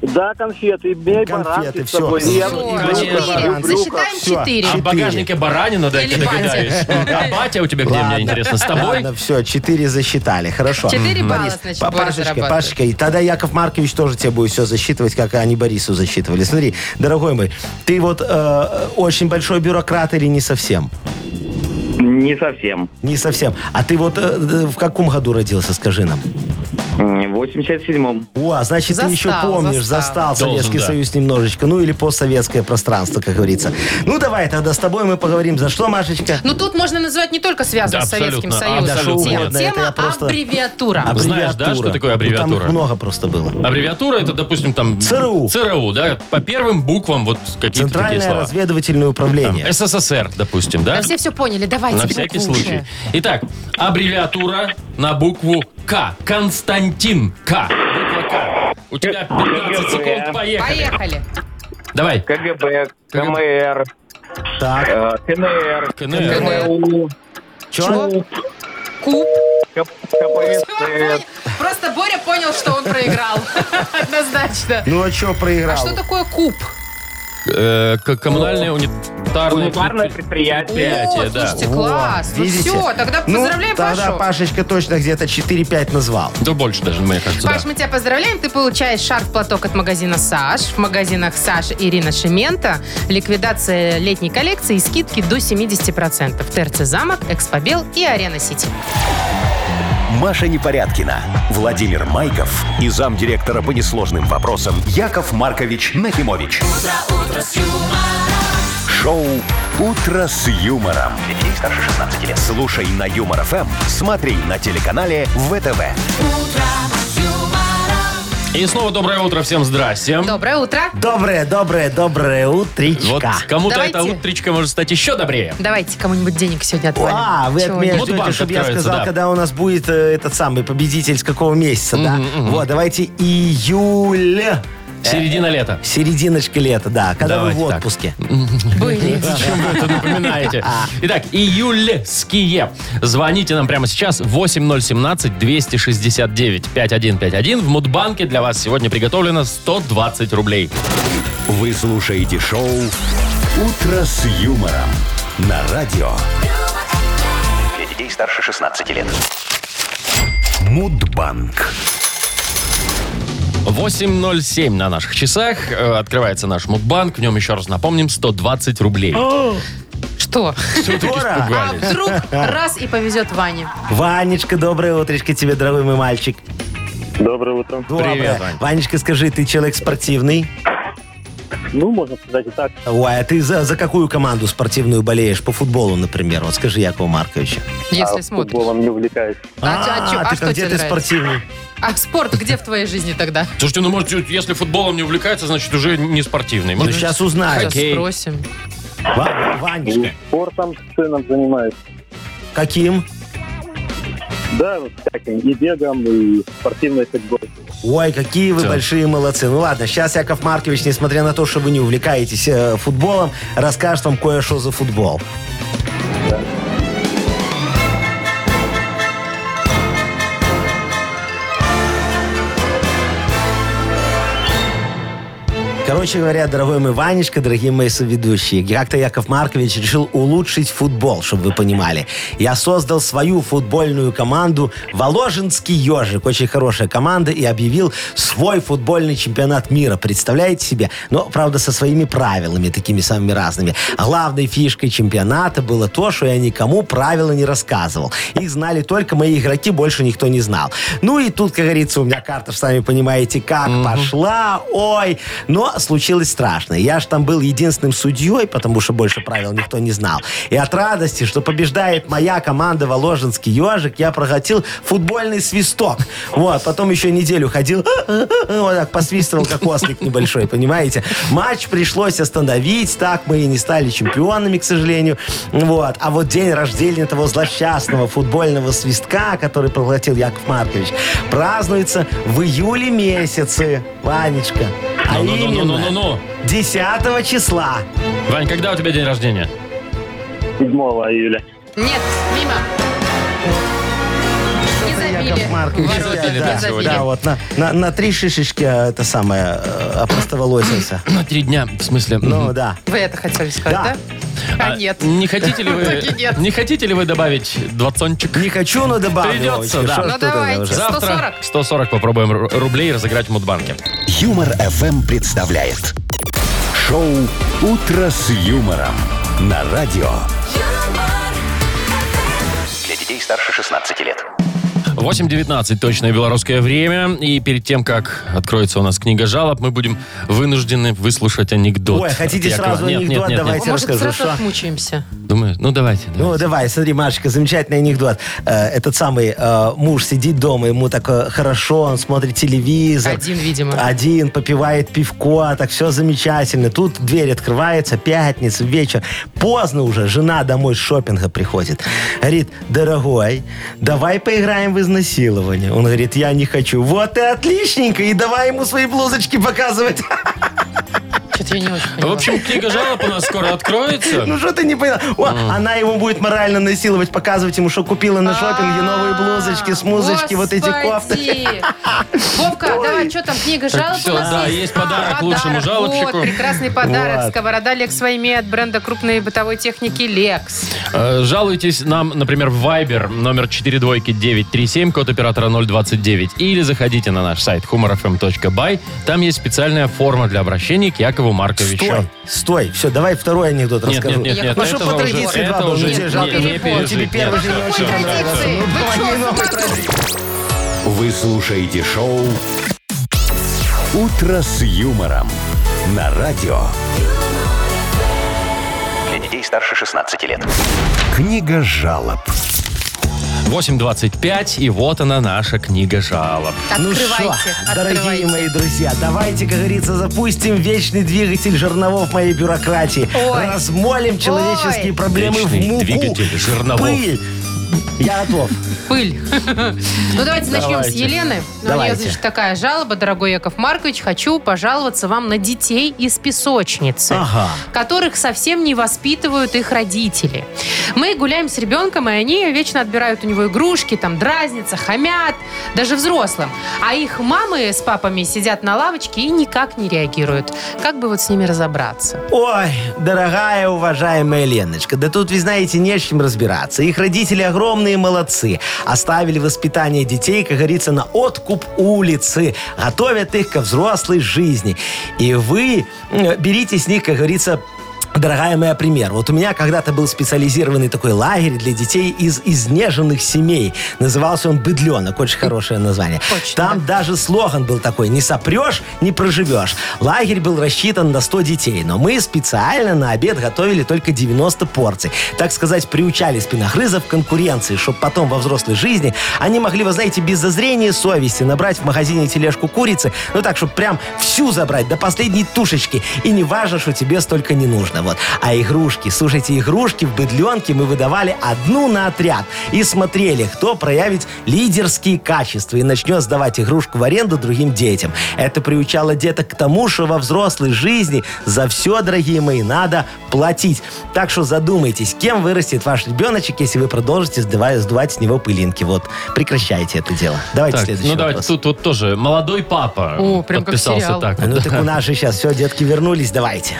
Speaker 7: Да, конфеты, имей
Speaker 4: Конфеты,
Speaker 7: баранки с
Speaker 4: все.
Speaker 7: собой. И
Speaker 3: Всё,
Speaker 2: Конечно.
Speaker 3: четыре.
Speaker 7: Баранки.
Speaker 3: Засчитаем четыре.
Speaker 4: Всё.
Speaker 2: А в
Speaker 4: Четыре.
Speaker 2: багажнике баранина, дай-ка
Speaker 3: Или батя.
Speaker 2: догадаюсь. А батя у тебя где, мне интересно, с тобой?
Speaker 4: Ладно, все, 4 засчитали, хорошо.
Speaker 3: Четыре
Speaker 4: Мгм.
Speaker 3: балла,
Speaker 4: Борис,
Speaker 3: значит,
Speaker 4: па-
Speaker 3: Боря
Speaker 4: Пашечка,
Speaker 3: зарабатывает.
Speaker 4: Пашечка, и тогда Яков Маркович тоже тебе будет все засчитывать, как они Борису засчитывали. Смотри, дорогой мой, ты вот э, очень большой бюрократ или не совсем?
Speaker 8: Не совсем.
Speaker 4: Не совсем. А ты вот э, э, в каком году родился, скажи нам?
Speaker 8: М, В 87-м.
Speaker 4: О, а значит,
Speaker 3: Застал,
Speaker 4: ты еще помнишь,
Speaker 3: застал.
Speaker 4: застал,
Speaker 2: Должен,
Speaker 4: Советский
Speaker 2: да.
Speaker 4: Союз немножечко. Ну, или постсоветское пространство, как говорится. Ну, давай тогда с тобой мы поговорим. За что, Машечка?
Speaker 3: Ну тут можно назвать не только связанную
Speaker 2: Да,
Speaker 3: с Советским
Speaker 2: абсолютно,
Speaker 3: Союзом.
Speaker 2: абсолютно.
Speaker 3: Тема,
Speaker 4: Ладно, это я
Speaker 3: тема
Speaker 4: просто-
Speaker 3: аббревиатура.
Speaker 2: А Знаешь, да, что такое
Speaker 4: Ну,
Speaker 2: аббревиатура?
Speaker 4: Там их много просто было.
Speaker 2: Аббревиатура это, допустим, там...
Speaker 4: ЦРУ.
Speaker 2: ЦРУ, да. По первым буквам вот какие-то такие
Speaker 4: Центральное
Speaker 2: слова.
Speaker 4: разведывательное управление.
Speaker 2: СССР, допустим, да?
Speaker 3: Да все все поняли, давайте.
Speaker 2: На
Speaker 3: букву
Speaker 2: всякий
Speaker 3: «К».
Speaker 2: случай. Итак, аббревиатура на букву К. Константин К. Буква К. У тебя 15 секунд, поехали.
Speaker 3: Поехали.
Speaker 2: Давай.
Speaker 8: КГБ, КМР,
Speaker 4: Так,
Speaker 8: э, КНР,
Speaker 2: КНР.
Speaker 8: КНУ,
Speaker 4: чё?
Speaker 3: Куб.
Speaker 8: К- КПСС.
Speaker 3: Просто Боря понял, что он проиграл. Однозначно.
Speaker 4: Ну, а что
Speaker 3: А
Speaker 4: проиграл?
Speaker 3: что такое куб?
Speaker 2: Э, к- Коммунальное унитарное
Speaker 8: Унитарное
Speaker 2: предпри-
Speaker 8: предприятие.
Speaker 2: Пятие,
Speaker 3: О,
Speaker 2: да.
Speaker 3: слушайте,
Speaker 4: Во,
Speaker 3: класс. Ну
Speaker 4: видите?
Speaker 3: все, тогда
Speaker 4: Ну,
Speaker 3: поздравляем
Speaker 4: Тогда
Speaker 3: Пашу.
Speaker 4: Пашечка точно где-то 4-5 назвал.
Speaker 2: Да больше даже, мне кажется,
Speaker 3: Паш,
Speaker 2: да.
Speaker 3: мы тебя поздравляем. Ты получаешь шарф-платок от магазина «Саш». В магазинах «Саш» и Ирина Шимента. Ликвидация летней коллекции и скидки до 70%. ТРЦ «Замок», «Экспобел» и «Арена Сити».
Speaker 1: Маша Непорядкина, Владимир Майков и замдиректора по несложным вопросам Яков Маркович Нахимович. Шоу Утро с юмором. Для детей старше 16 лет. Слушай на юмор ФМ, смотри на телеканале ВТВ.
Speaker 2: И снова доброе утро, всем здрасте.
Speaker 3: Доброе утро.
Speaker 4: Доброе, доброе, доброе утречко.
Speaker 2: Вот кому-то
Speaker 3: Давайте.
Speaker 2: эта утречка может стать еще добрее.
Speaker 3: Давайте кому-нибудь денег сегодня отвалим.
Speaker 4: А, вы от
Speaker 3: Чего
Speaker 4: меня
Speaker 3: нет?
Speaker 2: Вот
Speaker 4: ждете,
Speaker 2: банк
Speaker 4: чтобы я
Speaker 2: откроется,
Speaker 4: сказал,
Speaker 2: да.
Speaker 4: когда у нас будет э, этот самый победитель с какого месяца, да? Вот, давайте июль.
Speaker 2: Э, Середина лета.
Speaker 4: Серединочка лета, да. Когда
Speaker 2: Давайте
Speaker 4: вы в
Speaker 2: так. Ну,
Speaker 4: отпуске.
Speaker 3: Были.
Speaker 2: Зачем вы это напоминаете? А. Итак, июльские. Звоните нам прямо сейчас 8017-269-5151. В Мудбанке для вас сегодня приготовлено 120 рублей.
Speaker 1: Вы слушаете шоу Утро с юмором на радио
Speaker 5: Для детей старше 16 лет.
Speaker 1: Мудбанк.
Speaker 2: 8.07 на наших часах. Э, Открывается наш Мудбанк. В нем, еще раз напомним, 120 рублей.
Speaker 3: Что?
Speaker 2: Все-таки
Speaker 4: Дора.
Speaker 3: А
Speaker 2: испугались.
Speaker 3: вдруг раз и повезет Ване.
Speaker 4: Ванечка, доброе утречко тебе, дорогой мой мальчик.
Speaker 7: Доброе утро.
Speaker 4: Доброе.
Speaker 2: Привет, Вань.
Speaker 4: Ванечка, скажи, ты человек спортивный?
Speaker 7: Ну, можно сказать и так.
Speaker 4: Ой, а ты за, за какую команду спортивную болеешь? По футболу, например. Вот скажи Якову Марковичу.
Speaker 3: Если
Speaker 7: а
Speaker 3: смотришь.
Speaker 7: футболом не увлекаюсь.
Speaker 3: А, а чё- а
Speaker 4: ты
Speaker 3: что
Speaker 4: как-
Speaker 3: тебе
Speaker 4: где ты
Speaker 3: нравится?
Speaker 4: спортивный?
Speaker 3: А спорт где в твоей жизни тогда?
Speaker 2: Слушайте, ну, может, если футболом не увлекается, значит, уже не спортивный.
Speaker 4: Ну,
Speaker 2: Может,
Speaker 4: сейчас узнаешь.
Speaker 3: Сейчас
Speaker 2: Хоккей.
Speaker 3: спросим.
Speaker 4: Ва- Ванечка,
Speaker 7: Спортом с сыном занимаюсь.
Speaker 4: каким?
Speaker 7: Да, вот всяким. И бегом, и спортивной ходьбой.
Speaker 4: Ой, какие вы
Speaker 2: Всё.
Speaker 4: большие молодцы. Ну ладно, сейчас Яков Маркович, несмотря на то, что вы не увлекаетесь э, футболом, расскажет вам кое-что за футбол. Короче говоря, дорогой мой Ванечка, дорогие мои соведущие, как-то Яков Маркович решил улучшить футбол, чтобы вы понимали. Я создал свою футбольную команду «Воложинский ежик». Очень хорошая команда и объявил свой футбольный чемпионат мира. Представляете себе? Но, правда, со своими правилами, такими самыми разными. Главной фишкой чемпионата было то, что я никому правила не рассказывал. Их знали только мои игроки, больше никто не знал. Ну и тут, как говорится, у меня карта, ж сами понимаете, как пошла. Ой, но случилось страшное. Я ж там был единственным судьей, потому что больше правил никто не знал. И от радости, что побеждает моя команда Воложенский ежик, я проглотил футбольный свисток. Вот, потом еще неделю ходил, вот так посвистывал, как ослик небольшой, понимаете? Матч пришлось остановить, так мы и не стали чемпионами, к сожалению. Вот. А вот день рождения того злосчастного футбольного свистка, который проглотил Яков Маркович, празднуется в июле месяце, Ванечка.
Speaker 2: Ну,
Speaker 4: А именно
Speaker 2: Ну-ну-ну-ну-ну-ну.
Speaker 4: 10 числа.
Speaker 2: ну. Вань, когда у тебя день рождения?
Speaker 7: 7 июля.
Speaker 3: Нет, мимо. Не забили.
Speaker 4: Яков Маркович.
Speaker 3: Вас
Speaker 2: забили,
Speaker 4: да,
Speaker 2: да,
Speaker 4: да,
Speaker 2: сегодня.
Speaker 4: да, вот на, на, на три шишечки э, это самое э, опростоволосился.
Speaker 2: На три дня, в смысле.
Speaker 4: Ну
Speaker 2: мгм.
Speaker 4: да.
Speaker 3: Вы это хотели сказать,
Speaker 4: Да.
Speaker 3: да? А
Speaker 2: А
Speaker 3: нет.
Speaker 2: Не хотите ли вы,
Speaker 3: Так и нет.
Speaker 2: не хотите ли вы добавить двадцончик?
Speaker 4: Не хочу, но добавлю.
Speaker 2: Придется,
Speaker 4: Вовочка,
Speaker 2: да.
Speaker 4: шо ж
Speaker 3: Ну
Speaker 4: тут это
Speaker 3: давайте.
Speaker 4: уже.
Speaker 3: 140.
Speaker 2: 140 попробуем ру- рублей разыграть в Мудбанке.
Speaker 1: Юмор FM представляет шоу Утро с юмором на радио.
Speaker 5: Для детей старше 16 лет.
Speaker 2: 8.19 точное белорусское время. И перед тем, как откроется у нас книга жалоб, мы будем вынуждены выслушать анекдот.
Speaker 4: Ой, хотите
Speaker 2: от Якова.
Speaker 4: сразу
Speaker 2: Нет,
Speaker 4: анекдот?
Speaker 2: нет, нет,
Speaker 4: Давайте.
Speaker 2: нет.
Speaker 4: тебе
Speaker 3: Может,
Speaker 4: расскажу,
Speaker 3: сразу
Speaker 4: что?
Speaker 3: отмучаемся?
Speaker 2: Думаю, ну давайте. давайте.
Speaker 4: Ну, давай, смотри, Машечка, замечательный анекдот. Э, Этот самый э, муж сидит дома, ему так э, хорошо, он смотрит телевизор.
Speaker 3: Один, видимо.
Speaker 4: Один, попивает пивко, а так все замечательно. Тут дверь открывается, пятница, вечер. Поздно уже, жена домой с шопинга приходит. Говорит, дорогой, давай поиграем в изнасилование. Он говорит, я не хочу. Вот и отличненько, и давай ему свои блузочки показывать.
Speaker 3: Что-то я не очень
Speaker 2: В
Speaker 3: поняла.
Speaker 2: общем, книга жалоб у нас скоро
Speaker 4: Ну
Speaker 2: откроется.
Speaker 4: что ты не понял? О, она ему будет морально насиловать, показывать ему, что купила на шопинге новые блузочки, смузочки, вот эти кофты.
Speaker 3: А, Господи. Вовка, давай, что там, книга жалоб
Speaker 2: всё,
Speaker 3: у нас
Speaker 2: да,
Speaker 3: есть?
Speaker 2: есть подарок лучшему жалобщику.
Speaker 3: Вот, прекрасный подарок.
Speaker 4: Вот.
Speaker 3: Сковорода Лекс Вайме от бренда крупной бытовой техники Лекс.
Speaker 2: Э, Жалуйтесь нам, например, в Viber номер 42937, код оператора 029. Или заходите на наш сайт humorfm.by. Там есть специальная форма для обращения к Якову Марковичу.
Speaker 4: Стой, стой. Все, давай второй анекдот
Speaker 2: Нет,
Speaker 4: расскажу.
Speaker 2: нет, нет, нет.
Speaker 4: Ну что,
Speaker 2: этого
Speaker 4: по
Speaker 2: уже,
Speaker 4: традиции два
Speaker 2: это
Speaker 4: было,
Speaker 2: уже
Speaker 4: ну, тебе
Speaker 2: не-
Speaker 4: жалко,
Speaker 2: не
Speaker 4: ну,
Speaker 2: пережили.
Speaker 4: тебе первый же не
Speaker 2: Нет,
Speaker 4: очень
Speaker 2: всё, всё, всё.
Speaker 4: понравился.
Speaker 3: традиции?
Speaker 4: Ну,
Speaker 3: Вы
Speaker 4: давай,
Speaker 3: чё,
Speaker 4: не
Speaker 3: с
Speaker 4: новый
Speaker 3: ума
Speaker 4: традиции.
Speaker 1: Вы слушаете шоу Утро с юмором на радио.
Speaker 5: Для детей старше 16 лет.
Speaker 1: Книга жалоб.
Speaker 2: 8.25, и вот она, наша книга жалоб.
Speaker 4: Ну что,
Speaker 3: Открывайте,
Speaker 4: дорогие
Speaker 3: открывайте.
Speaker 4: мои друзья, давайте, как говорится, запустим вечный двигатель жерновов моей бюрократии.
Speaker 3: Ой.
Speaker 4: Размолим человеческие
Speaker 3: Ой.
Speaker 4: проблемы
Speaker 2: Вечный
Speaker 4: в муку.
Speaker 2: двигатель жерновов.
Speaker 4: Пыль. Я готов.
Speaker 3: Пыль. Ну, давайте начнем с
Speaker 4: Давайте.
Speaker 3: Елены. Ну, У нее,
Speaker 4: Давайте.
Speaker 3: значит, такая жалоба. Дорогой Яков Маркович, хочу пожаловаться вам на детей из песочницы.
Speaker 4: Ага.
Speaker 3: которых совсем не воспитывают их родители. Мы гуляем с ребенком, и они вечно отбирают у него игрушки, там дразнятся, хамят, даже взрослым. А их мамы с папами сидят на лавочке и никак не реагируют. Как бы вот с ними разобраться?
Speaker 4: Ой, дорогая, уважаемая Леночка, да тут, вы знаете, не с чем разбираться. Их родители огромные молодцы. Оставили воспитание детей, как говорится, на откуп улицы. Готовят их ко взрослой жизни. И вы м, берите с них, как говорится, Дорогая моя, пример. Вот у меня когда-то был специализированный такой лагерь для детей из изнеженных семей. Назывался он «Быдленок». Очень хорошее название.
Speaker 3: Очень,
Speaker 4: Там даже слоган был такой «Не сопрешь, не проживешь». Лагерь был рассчитан на 100 детей, но мы специально на обед готовили только 90 порций. Так сказать, приучали спиногрызов к конкуренции, чтобы потом во взрослой жизни они могли, вы знаете, без зазрения совести набрать в магазине тележку курицы, ну так, чтобы прям всю забрать, до последней тушечки. И не важно, что тебе столько не нужно. Вот. А игрушки, слушайте, игрушки в быдленке мы выдавали одну на отряд и смотрели, кто проявит лидерские качества и начнет сдавать игрушку в аренду другим детям. Это приучало деток к тому, что во взрослой жизни за все, дорогие мои, надо платить. Так что задумайтесь, кем вырастет ваш ребеночек, если вы продолжите сдувать, сдувать с него пылинки. Вот, прекращайте это дело. Давайте
Speaker 2: Так,
Speaker 4: следующий
Speaker 2: ну давайте,
Speaker 4: вопрос.
Speaker 2: тут вот тоже молодой папа
Speaker 3: О, прям как
Speaker 2: подписался
Speaker 3: сериал.
Speaker 2: так.
Speaker 4: А Ну так у нас же сейчас все, детки вернулись, давайте.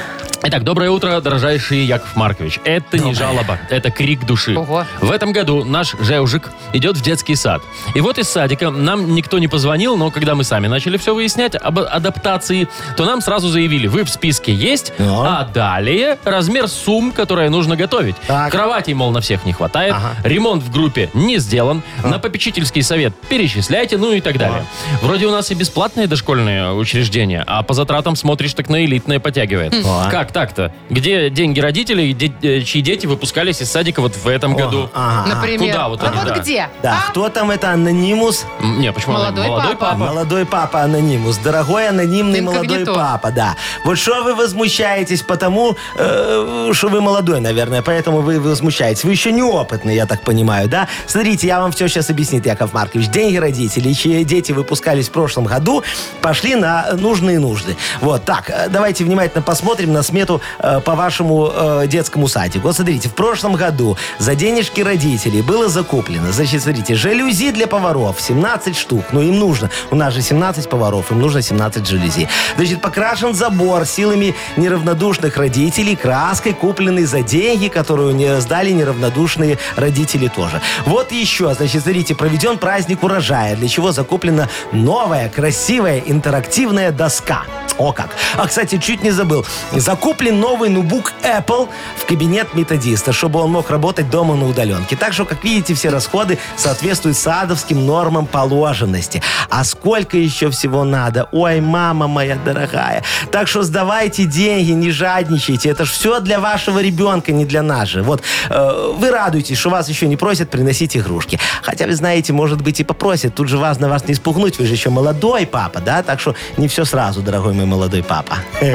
Speaker 2: Итак, доброе утро, дорожайший Яков Маркович. Это не жалоба, это крик души.
Speaker 3: Ого.
Speaker 2: В этом году наш Жеужик идет в детский сад. И вот из садика нам никто не позвонил, но когда мы сами начали все выяснять об адаптации, то нам сразу заявили, вы в списке есть,
Speaker 4: Ну.
Speaker 2: а далее размер сумм, которые нужно готовить.
Speaker 4: Так.
Speaker 2: Кроватей, мол, на всех не хватает,
Speaker 4: Ага. А.
Speaker 2: ремонт в группе не сделан, на попечительский совет перечисляйте, ну и так далее. Вроде у нас и бесплатные дошкольные учреждения, а по затратам смотришь, так на элитное подтягивает.
Speaker 4: О.
Speaker 2: Как так-то? Где деньги родителей, де- э, чьи дети выпускались из садика вот в этом году?
Speaker 4: Ага.
Speaker 3: Например.
Speaker 2: куда вот
Speaker 3: а
Speaker 2: они,
Speaker 3: вот
Speaker 2: да.
Speaker 3: где?
Speaker 4: Да,
Speaker 3: А?
Speaker 4: кто там это анонимус?
Speaker 2: М, Не, почему? она-
Speaker 3: Молодой папа.
Speaker 4: А, Молодой папа анонимус, дорогой анонимный
Speaker 3: Инкогнито.
Speaker 4: молодой папа, да. Вот что вы возмущаетесь, потому э, что вы молодой, наверное, поэтому вы возмущаетесь. Вы еще неопытный, я так понимаю, да? Смотрите, я вам все сейчас объяснит, Яков Маркович. Деньги родителей, чьи дети выпускались в прошлом году, пошли на нужные нужды. Вот, так, э, давайте внимательно посмотрим на смену совету э, по вашему э, детскому садику. Вот смотрите, в прошлом году за денежки родителей было закуплено, значит, смотрите, жалюзи для поваров 17 штук. Ну, им нужно. У нас же 17 поваров, им нужно 17 жалюзи. Значит, покрашен забор силами неравнодушных родителей, краской, купленной за деньги, которую не раздали неравнодушные родители тоже. Вот еще, значит, смотрите, проведен праздник урожая, для чего закуплена новая, красивая, интерактивная доска. О как. А, кстати, чуть не забыл. Закуплен новый ноутбук Apple в кабинет методиста, чтобы он мог работать дома на удаленке. Так что, как видите, все расходы соответствуют садовским нормам положенности. А сколько еще всего надо? Ой, мама моя дорогая. Так что сдавайте деньги, не жадничайте. Это ж все для вашего ребенка, не для нас же. Вот э, вы радуетесь, что вас еще не просят приносить игрушки. Хотя, вы знаете, может быть и попросят. Тут же важно вас не спугнуть. Вы же еще молодой папа, да? Так что не все сразу, дорогой мой молодой папа. Э,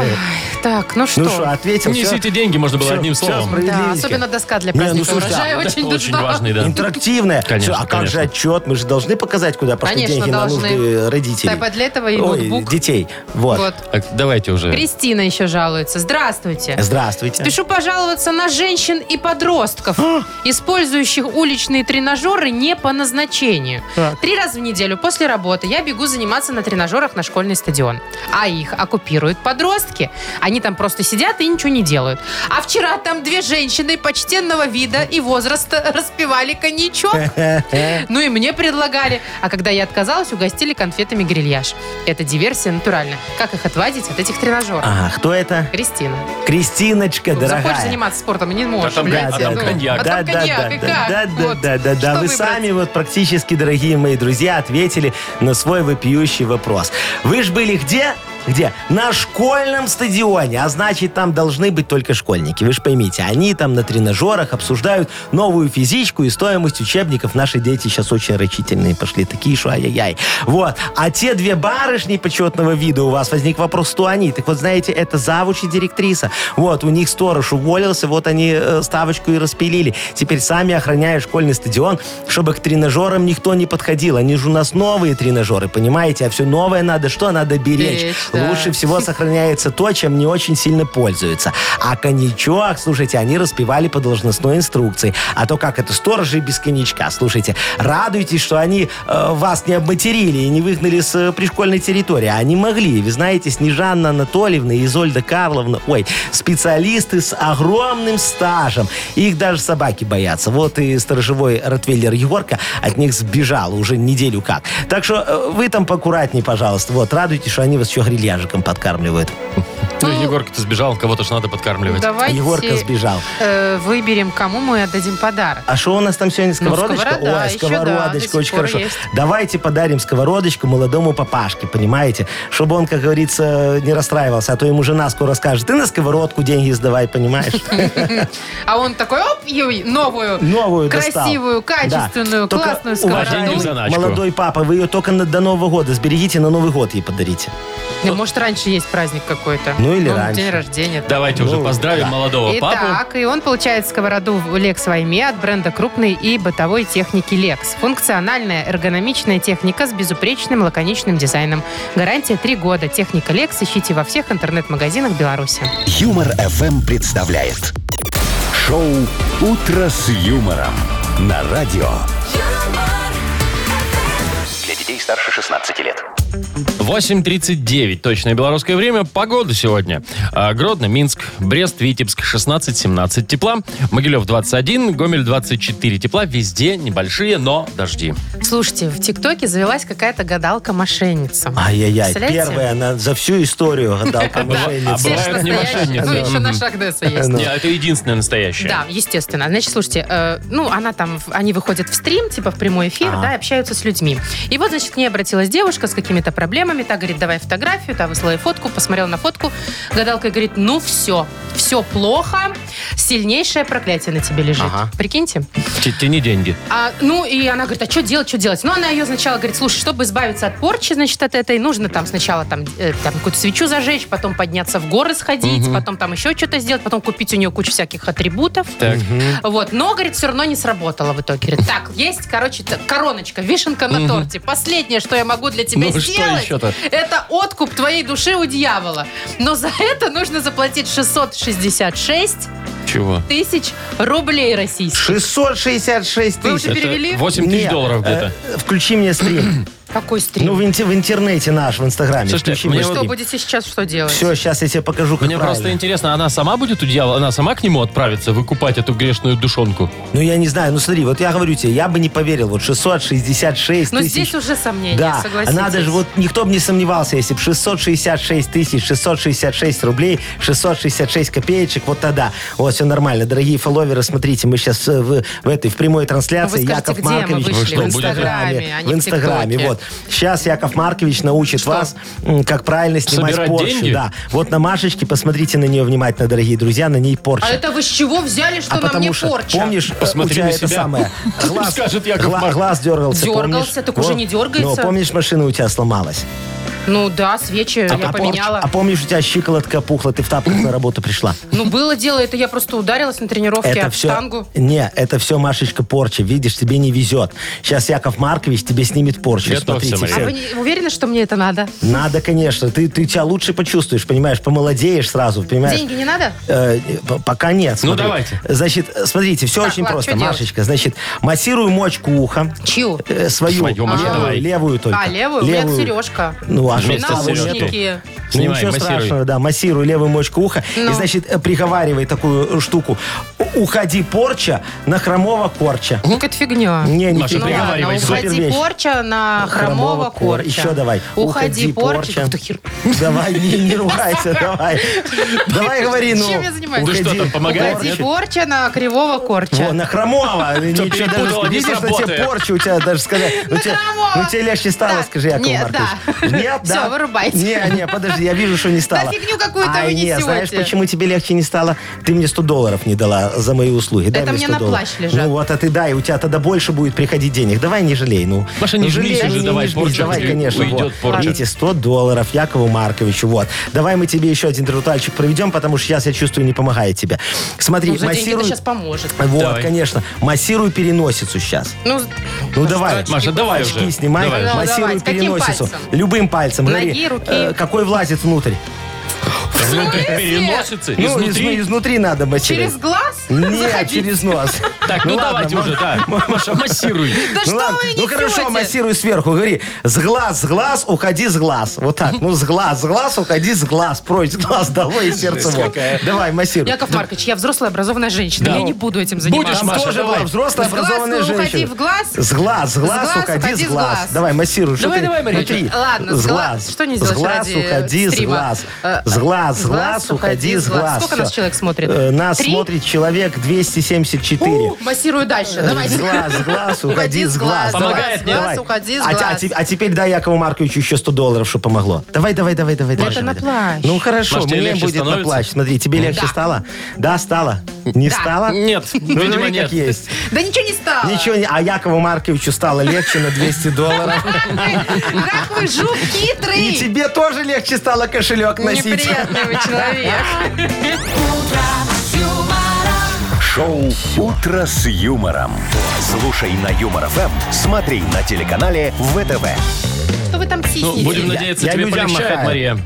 Speaker 3: Так, ну что?
Speaker 4: Ну что, ответил? всё?
Speaker 2: Несите деньги, можно было
Speaker 4: Всё,
Speaker 2: одним
Speaker 4: всё,
Speaker 2: словом.
Speaker 4: смотри,
Speaker 3: Да,
Speaker 4: Ленечка.
Speaker 3: особенно доска для
Speaker 4: Не, ну,
Speaker 3: праздника
Speaker 4: слушай,
Speaker 2: да,
Speaker 3: урожая а
Speaker 2: а
Speaker 3: очень
Speaker 2: это очень
Speaker 3: нужна.
Speaker 2: важный, да.
Speaker 4: Интерактивная.
Speaker 2: Конечно,
Speaker 4: Всё, а как
Speaker 2: конечно.
Speaker 4: же отчет? Мы же должны показать, куда пошли
Speaker 3: Конечно,
Speaker 4: деньги
Speaker 3: должны.
Speaker 4: на нужды родителей.
Speaker 3: Так, а для этого и
Speaker 4: Ой,
Speaker 3: ноутбук.
Speaker 4: детей. Вот.
Speaker 3: Вот.
Speaker 2: Так, давайте уже.
Speaker 3: Кристина еще жалуется. Здравствуйте.
Speaker 4: Здравствуйте.
Speaker 3: Спешу пожаловаться на женщин и подростков, использующих уличные тренажеры не по назначению. Три раза в неделю после работы я бегу заниматься на тренажерах на школьный стадион. А их оккупируют подростки. Они там просто сидят и ничего не делают. А вчера там две женщины почтенного вида и возраста распевали коньячок. Ну и мне предлагали. А когда я отказалась, угостили конфетами грильяж. Это диверсия натурально. Как их отвадить от этих тренажеров?
Speaker 4: Ага, кто это?
Speaker 3: Кристина.
Speaker 4: Кристиночка,
Speaker 3: Захочешь
Speaker 4: дорогая.
Speaker 3: заниматься спортом, и не можешь.
Speaker 2: там
Speaker 3: блядь,
Speaker 2: коньяк, а там
Speaker 3: ну,
Speaker 2: коньяк.
Speaker 3: а
Speaker 4: Да,
Speaker 3: там
Speaker 4: да,
Speaker 3: коньяк,
Speaker 4: да,
Speaker 3: и
Speaker 4: да,
Speaker 3: как?
Speaker 4: да, да,
Speaker 3: Вот.
Speaker 4: да, да, да.
Speaker 3: Что
Speaker 4: Вы
Speaker 3: выбрать?
Speaker 4: сами вот практически, дорогие мои друзья, ответили на свой вопиющий вопрос. Вы ж были где? Где? На школьном стадионе. А значит, там должны быть только школьники. Вы же поймите, они там на тренажерах обсуждают новую физичку и стоимость учебников. Наши дети сейчас очень рачительные пошли. Такие, что ай-яй-яй. Вот. А те две барышни почетного вида у вас возник вопрос, что они. Так вот, знаете, это завуч и директриса. Вот, у них сторож уволился, вот они э, ставочку и распилили. Теперь сами охраняют школьный стадион, чтобы к тренажерам никто не подходил. Они же у нас новые тренажеры, понимаете? А все новое надо, что надо беречь.
Speaker 3: Беречь, да.
Speaker 4: Лучше всего сохраняется то, чем не очень сильно пользуются. А коньячок, слушайте, они распевали по должностной инструкции. А то как это, сторожи без коньячка, слушайте. Радуйтесь, что они э, вас не обматерили и не выгнали с э, пришкольной территории. Они могли. Вы знаете, Снежанна Анатольевна и Изольда Карловна, ой, специалисты с огромным стажем. Их даже собаки боятся. Вот и сторожевой ротвейлер Егорка от них сбежал уже неделю как. Так что э, вы там поаккуратней, пожалуйста. Вот, радуйтесь, что они вас еще грильяжиком подкармливают.
Speaker 2: Ну, Егорка, ты сбежал, кого-то ж надо подкармливать.
Speaker 3: Давайте
Speaker 4: Егорка сбежал.
Speaker 3: э, выберем, кому мы отдадим подарок.
Speaker 4: А что у нас там сегодня? Сковородочка?
Speaker 3: Ну, сковорода,
Speaker 4: Ой,
Speaker 3: еще да, до сих
Speaker 4: сковородочка, очень
Speaker 3: пор
Speaker 4: хорошо.
Speaker 3: есть.
Speaker 4: Давайте подарим сковородочку молодому папашке, понимаете? Чтобы он, как говорится, не расстраивался, а то ему жена скоро скажет, ты на сковородку деньги сдавай, понимаешь?
Speaker 3: А он такой, оп, и новую,
Speaker 4: Новую достал.
Speaker 3: красивую,
Speaker 4: Да.
Speaker 3: качественную,
Speaker 4: Только,
Speaker 3: классную
Speaker 2: Деньги в
Speaker 3: сковороду.
Speaker 4: уважаемый
Speaker 2: заначку.
Speaker 4: Молодой папа, вы ее только на- до Нового года сберегите, на Новый год ей подарите.
Speaker 3: Ну, Может, раньше есть праздник какой-то.
Speaker 4: Ну, или
Speaker 3: Ну,
Speaker 4: раньше.
Speaker 3: День рождения.
Speaker 2: Давайте уже
Speaker 4: Ну,
Speaker 2: поздравим
Speaker 4: да.
Speaker 2: молодого папу.
Speaker 3: Итак, и он получает сковороду Lex Вайме от бренда крупной и бытовой техники Lex. Функциональная эргономичная техника с безупречным лаконичным дизайном. Гарантия 3 года. Техника Lex ищите во всех интернет-магазинах Беларуси.
Speaker 1: Юмор FM представляет шоу Утро с юмором на радио.
Speaker 5: Для детей старше 16 лет.
Speaker 2: 8.39, точное белорусское время. Погода сегодня. А, Гродно, Минск, Брест, Витебск 16-17 тепла. Могилев 21, Гомель 24 тепла. Везде небольшие, но дожди.
Speaker 3: Слушайте, в ТикТоке завелась какая-то гадалка-мошенница.
Speaker 4: Ай-яй-яй,
Speaker 3: Представляете? А
Speaker 4: первая она за всю историю гадалка мошенница.
Speaker 3: Все же
Speaker 2: бывает не
Speaker 3: настоящие.
Speaker 2: мошенница.
Speaker 3: Ну, еще
Speaker 2: Мгм.
Speaker 3: наша Агнеса есть.
Speaker 4: Ну,
Speaker 2: Не, это единственное настоящее.
Speaker 3: Да, естественно. Значит, слушайте, э, ну, она там, в- они выходят в стрим, типа в прямой эфир,
Speaker 4: А.
Speaker 3: да, и общаются с людьми. И вот, значит, к ней обратилась девушка с какими-то проблемами, та говорит, давай фотографию, та выслала ей фотку, посмотрела на фотку, гадалка говорит, ну все, все плохо, сильнейшее проклятие на тебе лежит. Прикиньте.
Speaker 2: Т- Тяни деньги.
Speaker 3: А, ну, и она говорит, а что делать, что делать? Ну, она ее сначала говорит, слушай, чтобы избавиться от порчи, значит, от этой, нужно там сначала там, э, там какую-то свечу зажечь, потом подняться в горы сходить, потом там еще что-то сделать, потом купить у нее кучу всяких атрибутов.
Speaker 2: Так.
Speaker 3: Вот, но, говорит, все равно не сработало в итоге. Говорит, так, есть, короче, т- короночка, вишенка на торте. Последнее, что я могу для тебя
Speaker 2: Ну,
Speaker 3: делать.
Speaker 2: еще-то?
Speaker 3: Это откуп твоей души у дьявола. Но за это нужно заплатить 666
Speaker 2: Чего?
Speaker 3: тысяч рублей российских.
Speaker 4: 666
Speaker 3: Вы уже
Speaker 4: тысяч.
Speaker 3: перевели?
Speaker 2: 8 тысяч
Speaker 4: Нет,
Speaker 2: долларов где-то.
Speaker 4: э, Включи мне стрим.
Speaker 3: Какой
Speaker 4: Ну,
Speaker 3: стрим?
Speaker 4: в инте- в интернете наш, в инстаграме.
Speaker 2: Слушайте,
Speaker 4: Включи
Speaker 2: мне
Speaker 4: мне
Speaker 2: вот-
Speaker 3: Что
Speaker 4: стрим.
Speaker 3: будете сейчас что делать?
Speaker 4: Все, сейчас я тебе покажу, как
Speaker 2: Мне просто
Speaker 4: правильно.
Speaker 2: интересно, она сама будет у дьявола? Она сама к нему отправится выкупать эту грешную душонку?
Speaker 4: Ну, я не знаю, ну смотри, вот я говорю тебе, я бы не поверил, вот 666
Speaker 3: Но
Speaker 4: тысяч.
Speaker 3: Ну, здесь уже сомнения,
Speaker 4: Да,
Speaker 3: согласитесь.
Speaker 4: она даже, вот никто бы не сомневался, если бы 666 тысяч, 666 рублей, 666 копеечек, вот тогда. Вот, все нормально. Дорогие фолловеры, смотрите, мы сейчас в, в этой, в прямой трансляции
Speaker 3: Ну, Вы скажете,
Speaker 4: Яков
Speaker 3: где мы
Speaker 4: Маркович.
Speaker 3: вышли?
Speaker 2: Вы что,
Speaker 4: в
Speaker 2: будете?
Speaker 3: Инстаграме, а не
Speaker 4: в
Speaker 3: в
Speaker 4: Инстаграме,
Speaker 3: ТикТоке.
Speaker 4: вот. Сейчас Яков Маркович научит вас, м, как правильно снимать
Speaker 2: Собирать
Speaker 4: порчу.
Speaker 2: деньги?
Speaker 4: Да. Вот на Машечке, посмотрите на нее внимательно, дорогие друзья, на ней порча.
Speaker 3: А это вы с чего взяли, что
Speaker 4: А
Speaker 3: на
Speaker 4: потому
Speaker 3: мне
Speaker 4: что,
Speaker 3: порча?
Speaker 4: помнишь,
Speaker 2: Посмотри
Speaker 4: у тебя
Speaker 2: на
Speaker 4: это
Speaker 2: себя.
Speaker 4: самое, глаз,
Speaker 2: Скажет Яков
Speaker 4: гла-
Speaker 2: Маркович.
Speaker 4: глаз дергался,
Speaker 3: Дергался,
Speaker 4: помнишь?
Speaker 3: так уже
Speaker 4: Вот.
Speaker 3: не дергается.
Speaker 4: Ну, помнишь, машина у тебя сломалась?
Speaker 3: Ну да, свечи я
Speaker 4: А пом-
Speaker 3: поменяла.
Speaker 4: А помнишь, у тебя щиколотка опухла, ты в тапках на работу пришла?
Speaker 3: Ну было дело, это я просто ударилась на тренировке
Speaker 4: Это
Speaker 3: в
Speaker 4: все...
Speaker 3: штангу.
Speaker 4: Не, это все, Машечка, порча. Видишь, тебе не везет. Сейчас Яков Маркович тебе снимет порчу.
Speaker 2: Готовься, Мария.
Speaker 4: Смотрите,
Speaker 3: А
Speaker 4: все.
Speaker 3: вы не уверены, что мне это надо?
Speaker 4: Надо, конечно. Ты, ты тебя лучше почувствуешь, понимаешь? Помолодеешь сразу, понимаешь?
Speaker 3: Деньги не надо?
Speaker 4: Э, п- пока нет.
Speaker 2: Ну,
Speaker 4: смотри.
Speaker 2: давайте.
Speaker 4: Значит, э, смотрите, все
Speaker 3: Так,
Speaker 4: очень
Speaker 3: ладно,
Speaker 4: просто,
Speaker 3: что делать?
Speaker 4: Машечка. Значит, массирую мочку уха.
Speaker 3: Чью?
Speaker 4: Э, свою.
Speaker 2: Свою, Маш,
Speaker 4: левую,
Speaker 2: давай.
Speaker 4: левую только.
Speaker 3: А, левую? У меня сережка.
Speaker 4: Ну, а что
Speaker 2: Вместе
Speaker 4: с
Speaker 2: с
Speaker 4: нету?
Speaker 2: сережкой.
Speaker 3: Наушники.
Speaker 4: Ну,
Speaker 2: Снимай,
Speaker 4: ничего
Speaker 2: массируй.
Speaker 4: страшного, да, массируй левую мочку уха
Speaker 3: Ну.
Speaker 4: и, значит, э, приговаривай такую э, штуку. У- Уходи порча на хромого корча.
Speaker 3: Ну, какая-то фигня.
Speaker 4: Не, не
Speaker 2: Маша,
Speaker 3: Ну
Speaker 4: фигня.
Speaker 2: приговаривай.
Speaker 3: ладно,
Speaker 4: Супер
Speaker 3: уходи
Speaker 4: вещь.
Speaker 3: порча на хромого
Speaker 4: Хромого кор-
Speaker 3: корча.
Speaker 4: Еще давай.
Speaker 3: Уходи порча. Ух ты, хер-
Speaker 4: Давай, не, не ругайся, давай. Давай говори, ну.
Speaker 3: Чем я занимаюсь?
Speaker 2: Ты что, там помогаешь?
Speaker 4: Уходи
Speaker 3: Уходи порча на кривого корча.
Speaker 4: Во, на хромого. Ничего,
Speaker 2: перепутала,
Speaker 4: даже,
Speaker 2: не
Speaker 4: видишь, на тебе
Speaker 2: сработает.
Speaker 4: порчу у тебя даже сказать. Ну,
Speaker 3: На
Speaker 4: тебе-
Speaker 3: хромого.
Speaker 4: ну, тебе легче стало,
Speaker 3: Так,
Speaker 4: скажи, Яков
Speaker 3: нет,
Speaker 4: Маркович.
Speaker 3: да.
Speaker 4: Нет, да.
Speaker 3: Всё, вырубайте.
Speaker 4: Не, не, подожди, я вижу, что не стало.
Speaker 3: Да фигню какую-то
Speaker 4: а,
Speaker 3: вы несете.
Speaker 4: не, знаешь, почему тебе легче не стало? Ты мне 100 долларов не дала за мои услуги. Дай
Speaker 3: Это мне
Speaker 4: 100
Speaker 3: на
Speaker 4: долларов.
Speaker 3: плащ лежат.
Speaker 4: Ну вот, а ты дай, у тебя тогда больше будет приходить денег. Давай не жалей, ну.
Speaker 2: Маша,
Speaker 4: Ну,
Speaker 2: не жмись
Speaker 4: жалей,
Speaker 2: уже,
Speaker 4: не- не
Speaker 2: давай,
Speaker 4: жмись,
Speaker 2: порча
Speaker 4: Давай,
Speaker 2: уйдет,
Speaker 4: конечно,
Speaker 2: уйдет
Speaker 4: вот.
Speaker 2: порча.
Speaker 4: Видите, 100 долларов Якову Марковичу, вот. Давай мы тебе еще один ритуальчик проведем, потому что сейчас я чувствую, не помогает тебе. Смотри,
Speaker 3: Ну, за деньги это
Speaker 4: массируй...
Speaker 3: сейчас поможет.
Speaker 4: Вот,
Speaker 2: Давай.
Speaker 4: конечно. Массируй переносицу сейчас.
Speaker 3: Ну,
Speaker 4: Ну давай.
Speaker 3: очки
Speaker 2: Маша, давай
Speaker 4: Очки
Speaker 2: уже.
Speaker 4: снимай,
Speaker 2: Давай уже.
Speaker 3: Ну,
Speaker 4: массируй
Speaker 3: давайте. Каким
Speaker 4: переносицу.
Speaker 3: пальцем?
Speaker 4: Любым пальцем.
Speaker 3: Ноги,
Speaker 4: Говори,
Speaker 3: руки?
Speaker 4: какой влазит внутрь.
Speaker 2: Внутрь переносится,
Speaker 4: Ну, из-
Speaker 2: изнутри.
Speaker 4: изнутри надо массировать.
Speaker 3: через глаз?
Speaker 4: Нет,
Speaker 3: заходить?
Speaker 4: через нос.
Speaker 2: Так, ну
Speaker 4: ладно,
Speaker 2: давайте
Speaker 4: ма-
Speaker 2: уже, да. Маша, массируй.
Speaker 3: Да
Speaker 4: Ну,
Speaker 3: что
Speaker 4: ладно.
Speaker 3: вы
Speaker 4: ну
Speaker 3: несете?
Speaker 4: хорошо, массируй сверху. Говори, с глаз, с глаз, уходи с глаз. Вот так. Ну, с глаз, с глаз, уходи с глаз. Прочь с глаз, давай и сердце вон. Давай, массируй.
Speaker 3: Яков Маркович, я взрослая образованная женщина.
Speaker 2: Да.
Speaker 3: Я не буду этим
Speaker 2: Будешь,
Speaker 3: заниматься.
Speaker 4: Там
Speaker 2: Маша,
Speaker 4: тоже
Speaker 2: давай.
Speaker 4: была взрослая
Speaker 3: С глаз,
Speaker 4: образованная
Speaker 3: ну, уходи
Speaker 4: женщина.
Speaker 3: в глаз.
Speaker 4: С глаз, с глаз,
Speaker 3: глаз,
Speaker 4: уходи,
Speaker 3: уходи с
Speaker 4: с глаз.
Speaker 3: глаз.
Speaker 4: Давай, массируй. что
Speaker 2: Давай,
Speaker 4: ты-
Speaker 2: давай, Мария.
Speaker 4: Смотри.
Speaker 3: Ладно, с глаз- что не
Speaker 4: С
Speaker 3: сделаешь
Speaker 4: глаз
Speaker 3: ради
Speaker 4: уходи, с
Speaker 3: стрима?
Speaker 4: глаз.
Speaker 3: Э,
Speaker 4: С глаз, с глаз, уходи, с глаз.
Speaker 3: Сколько нас
Speaker 4: Всё.
Speaker 3: человек смотрит?
Speaker 4: Э, Нас
Speaker 3: Три?
Speaker 4: смотрит человек 274.
Speaker 3: У, Массирую дальше. Давайте.
Speaker 4: Э, С глаз, с глаз, уходи с глаз. Давай,
Speaker 2: Помогает,
Speaker 3: нет?
Speaker 4: давай.
Speaker 3: С глаз, уходи с
Speaker 4: А те-
Speaker 3: глаз.
Speaker 4: А, те- а теперь дай Якову Марковичу еще 100 долларов, что помогло. Давай, давай, давай, давай.
Speaker 3: Это
Speaker 4: давай,
Speaker 3: на
Speaker 4: давай.
Speaker 3: плащ.
Speaker 4: Ну хорошо,
Speaker 2: Маш, тебе
Speaker 4: мне
Speaker 2: легче
Speaker 4: будет на
Speaker 2: становится?
Speaker 4: плащ. Смотри, тебе легче
Speaker 3: Да.
Speaker 4: стало? Да, стало? Не стало?
Speaker 2: Нет,
Speaker 4: Ну,
Speaker 2: видимо,
Speaker 4: говори,
Speaker 2: нет.
Speaker 4: как есть.
Speaker 3: Да ничего не стало.
Speaker 4: Ничего не... А Якову Марковичу стало легче на 200 долларов.
Speaker 3: Как вы жук
Speaker 4: И
Speaker 3: хитрый.
Speaker 4: тебе тоже легче стало кошелек носить.
Speaker 3: Неприятный вы человек. А,
Speaker 1: Шоу «Утро с юмором». Слушай на Юмор ФМ, смотри на телеканале ВТВ.
Speaker 3: Что вы там
Speaker 2: Ну, будем
Speaker 3: тихите?
Speaker 2: надеяться,
Speaker 4: я
Speaker 2: тебе
Speaker 4: людям
Speaker 2: полегчает,
Speaker 4: махаю.
Speaker 2: Мария.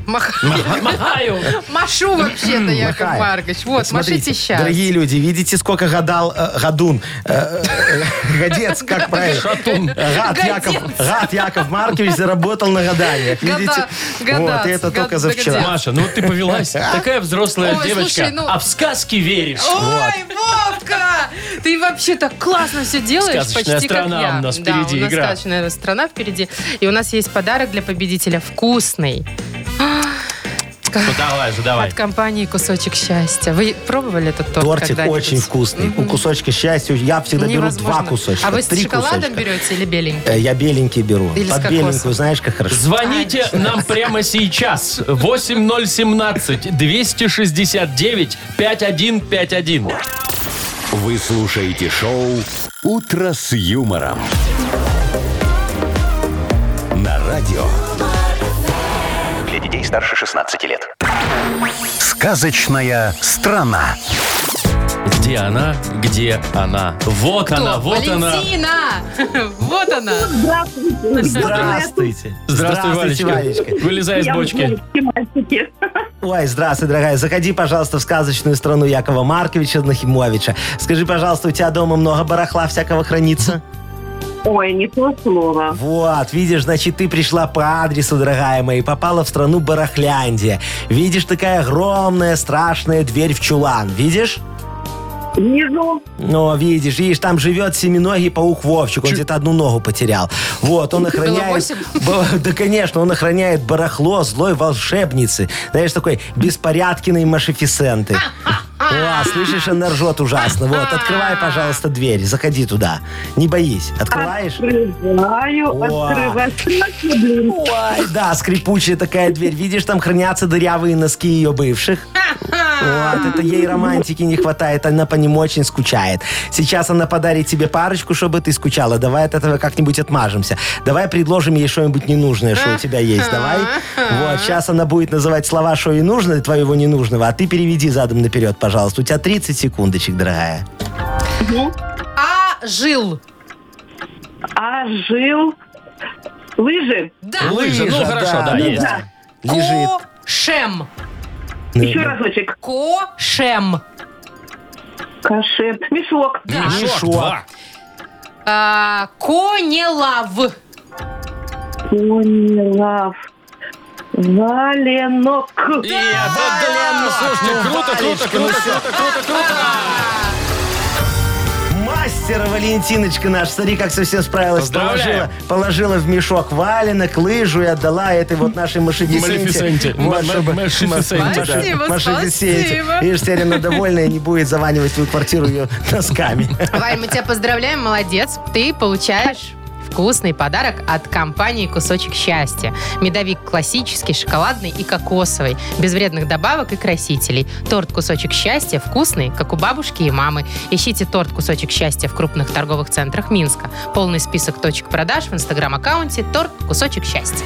Speaker 2: Махаю.
Speaker 3: Машу вообще-то, Яков
Speaker 4: Махаю.
Speaker 3: Маркович. Вот,
Speaker 4: Смотрите,
Speaker 3: машите сейчас.
Speaker 4: Дорогие люди, видите, сколько гадал э, гадун, э, э, годец, как правильно.
Speaker 2: Шатун.
Speaker 4: Гад
Speaker 3: Годец.
Speaker 4: Яков, гад Яков Маркович заработал на гаданиях.
Speaker 3: Года-
Speaker 4: Видите?
Speaker 3: годац,
Speaker 4: вот, и это
Speaker 3: гад-
Speaker 4: только за вчера.
Speaker 2: Маша, ну вот ты повелась. Такая взрослая
Speaker 3: Ой,
Speaker 2: девочка.
Speaker 3: слушай, ну-
Speaker 2: А в сказки веришь. Ну,
Speaker 3: Ой, Вовка! Ты вообще так классно все делаешь,
Speaker 2: Сказочная
Speaker 3: почти как
Speaker 2: страна
Speaker 3: я.
Speaker 2: у нас
Speaker 3: да,
Speaker 2: впереди
Speaker 3: у нас
Speaker 2: игра.
Speaker 3: сказочная страна впереди. И у нас есть подарок для победителя. Вкусный.
Speaker 2: Ну давай же, давай.
Speaker 3: От компании «Кусочек счастья». Вы пробовали этот торт
Speaker 4: Тортик
Speaker 3: когда-нибудь?
Speaker 4: очень вкусный. У кусочка счастья я всегда беру
Speaker 3: Невозможно.
Speaker 4: два кусочка.
Speaker 3: А вы с
Speaker 4: три
Speaker 3: шоколадом
Speaker 4: кусочка.
Speaker 3: берете или беленький?
Speaker 4: Э, Я беленький беру.
Speaker 3: Или с
Speaker 4: Под
Speaker 3: кокосом.
Speaker 4: беленькую, знаешь, как хорошо.
Speaker 2: Звоните нам прямо сейчас. 8017-269-5151.
Speaker 1: Вы слушаете шоу «Утро с юмором». На радио
Speaker 5: Для детей старше 16 лет.
Speaker 1: «Сказочная страна».
Speaker 2: Где она? Где она? Вот она, вот она.
Speaker 3: Валентина! Вот она!
Speaker 4: Здравствуйте.
Speaker 2: Здравствуй, Валечка. Вылезай из
Speaker 6: Я
Speaker 2: бочки.
Speaker 6: в мальчики.
Speaker 4: Ой, здравствуй, дорогая. Заходи, пожалуйста, в сказочную страну Якова Марковича Нахимовича. Скажи, пожалуйста, у тебя дома много барахла всякого хранится?
Speaker 6: Ой, не то слово.
Speaker 4: Вот, видишь, значит, ты пришла по адресу, дорогая моя, и попала в страну Барахляндия. Видишь, такая огромная, страшная дверь в чулан. Видишь?
Speaker 6: Внизу.
Speaker 4: Ну, видишь, видишь, там живет семиногий паук Вовчик, он где-то одну ногу потерял. Вот, он охраняет...
Speaker 3: восемь.
Speaker 4: Ба- Да, конечно, он охраняет барахло злой волшебницы. Знаешь, такой беспорядкиной машефисенты. О, слышишь, она ржет ужасно. Вот, открывай, пожалуйста, дверь, заходи туда. Не боись. Открываешь?
Speaker 6: Открываю,
Speaker 4: О.
Speaker 6: открываю. Страшно, блин.
Speaker 4: Ой, да, скрипучая такая дверь. Видишь, там хранятся дырявые носки ее бывших. Вот, это ей романтики не хватает, она по ним очень скучает. Сейчас она подарит тебе парочку, чтобы ты скучала. Давай от этого как-нибудь отмажемся. Давай предложим ей что-нибудь ненужное, что у тебя есть. Давай. Вот, сейчас она будет называть слова, что ей нужно, твоего ненужного, а ты переведи задом наперед, пожалуйста. У тебя 30 секундочек, дорогая.
Speaker 3: А жил.
Speaker 6: А жил лыжи.
Speaker 3: Да.
Speaker 2: Лыжа, ну
Speaker 4: Лыжа,
Speaker 2: хорошо, да, есть.
Speaker 4: Лежит. Ну
Speaker 3: Кошем.
Speaker 6: Еще разочек.
Speaker 3: Кошем.
Speaker 6: Кашет. Мешок.
Speaker 3: Да.
Speaker 2: Мешок, два.
Speaker 3: А, конелав.
Speaker 6: Поняла. Валенок.
Speaker 2: И это да! Слушайте, круто, круто, круто, круто, круто, круто.
Speaker 4: Мастер Валентиночка наш, смотри, как совсем справилась.
Speaker 2: Поздравляем.
Speaker 4: Положила, положила в мешок валенок, лыжу и отдала этой вот нашей
Speaker 2: Малефисенте.
Speaker 4: машинисенте.
Speaker 2: М- м- Машефисенте,
Speaker 3: да. Спасибо, спасибо.
Speaker 4: Видишь, теперь она довольная, не будет заванивать твою квартиру ее носками.
Speaker 3: Валь, мы тебя поздравляем, молодец. Ты получаешь вкусный подарок от компании «Кусочек счастья». Медовик классический, шоколадный и кокосовый. Без вредных добавок и красителей. Торт «Кусочек счастья» вкусный, как у бабушки и мамы. Ищите торт «Кусочек счастья» в крупных торговых центрах Минска. Полный список точек продаж в инстаграм-аккаунте «Торт «Кусочек счастья».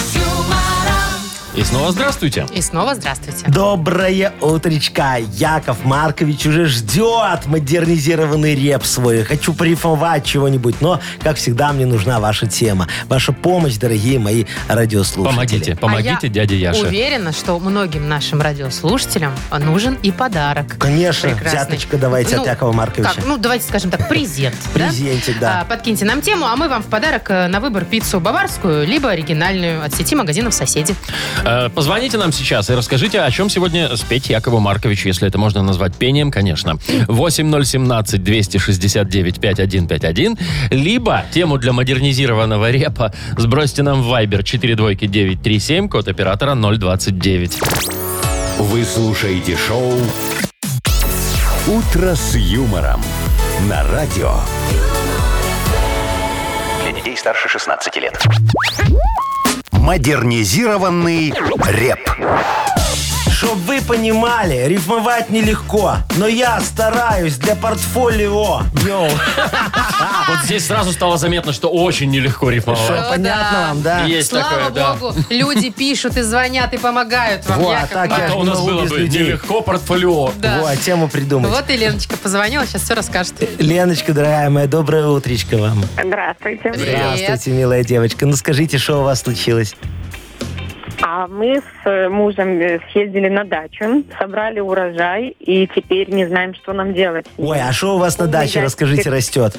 Speaker 2: И снова здравствуйте.
Speaker 3: И снова здравствуйте.
Speaker 4: Доброе утречка. Яков Маркович уже ждет модернизированный реп свой. Хочу порифмовать чего-нибудь, но, как всегда, мне нужна ваша тема. Ваша помощь, дорогие мои радиослушатели.
Speaker 2: Помогите, помогите
Speaker 3: А я
Speaker 2: дяде Яше.
Speaker 3: Уверена, что многим нашим радиослушателям нужен и подарок.
Speaker 4: Конечно,
Speaker 3: Прекрасный.
Speaker 4: взяточка давайте
Speaker 3: Ну,
Speaker 4: от Якова Марковича.
Speaker 3: Как, ну, давайте скажем так, презент. да?
Speaker 4: Презентик, да.
Speaker 3: А, подкиньте нам тему, а мы вам в подарок э, на выбор пиццу баварскую, либо оригинальную от сети магазинов «Соседи».
Speaker 2: Э, Позвоните нам сейчас и расскажите, о чем сегодня спеть Якову Марковичу, если это можно назвать пением, конечно. 8017-269-5151. Либо тему для модернизированного репа сбросьте нам в Viber 42937, код оператора 029.
Speaker 1: Вы слушаете шоу «Утро с юмором» на радио.
Speaker 5: Для детей старше 16 лет.
Speaker 1: Модернизированный реп.
Speaker 4: Чтоб вы понимали, рифмовать нелегко, но я стараюсь для портфолио. Йоу.
Speaker 2: Вот здесь сразу стало заметно, что очень нелегко рифмовать.
Speaker 4: Что, понятно
Speaker 3: да.
Speaker 4: вам, да?
Speaker 2: Есть
Speaker 3: Слава
Speaker 2: такое, да.
Speaker 3: богу, люди пишут и звонят, и помогают вам,
Speaker 4: Вот,
Speaker 3: Яков
Speaker 4: так я
Speaker 2: А
Speaker 3: Маркович.
Speaker 2: то у нас
Speaker 4: Много
Speaker 2: было
Speaker 4: Ну, без
Speaker 2: бы
Speaker 4: людей.
Speaker 2: нелегко портфолио.
Speaker 3: Да.
Speaker 4: Вот, тему придумать. Э,
Speaker 3: Вот и Леночка позвонила, сейчас все расскажет.
Speaker 4: Леночка, дорогая моя, доброе утречко вам.
Speaker 6: Здравствуйте.
Speaker 3: Привет.
Speaker 4: Здравствуйте, милая девочка. Ну скажите, что у вас случилось?
Speaker 6: А мы с э, мужем э, съездили на дачу, собрали урожай и теперь не знаем, что нам делать.
Speaker 4: Ой, а что у вас на
Speaker 6: У
Speaker 4: даче,
Speaker 6: меня
Speaker 4: расскажите,
Speaker 6: теперь-
Speaker 4: растет?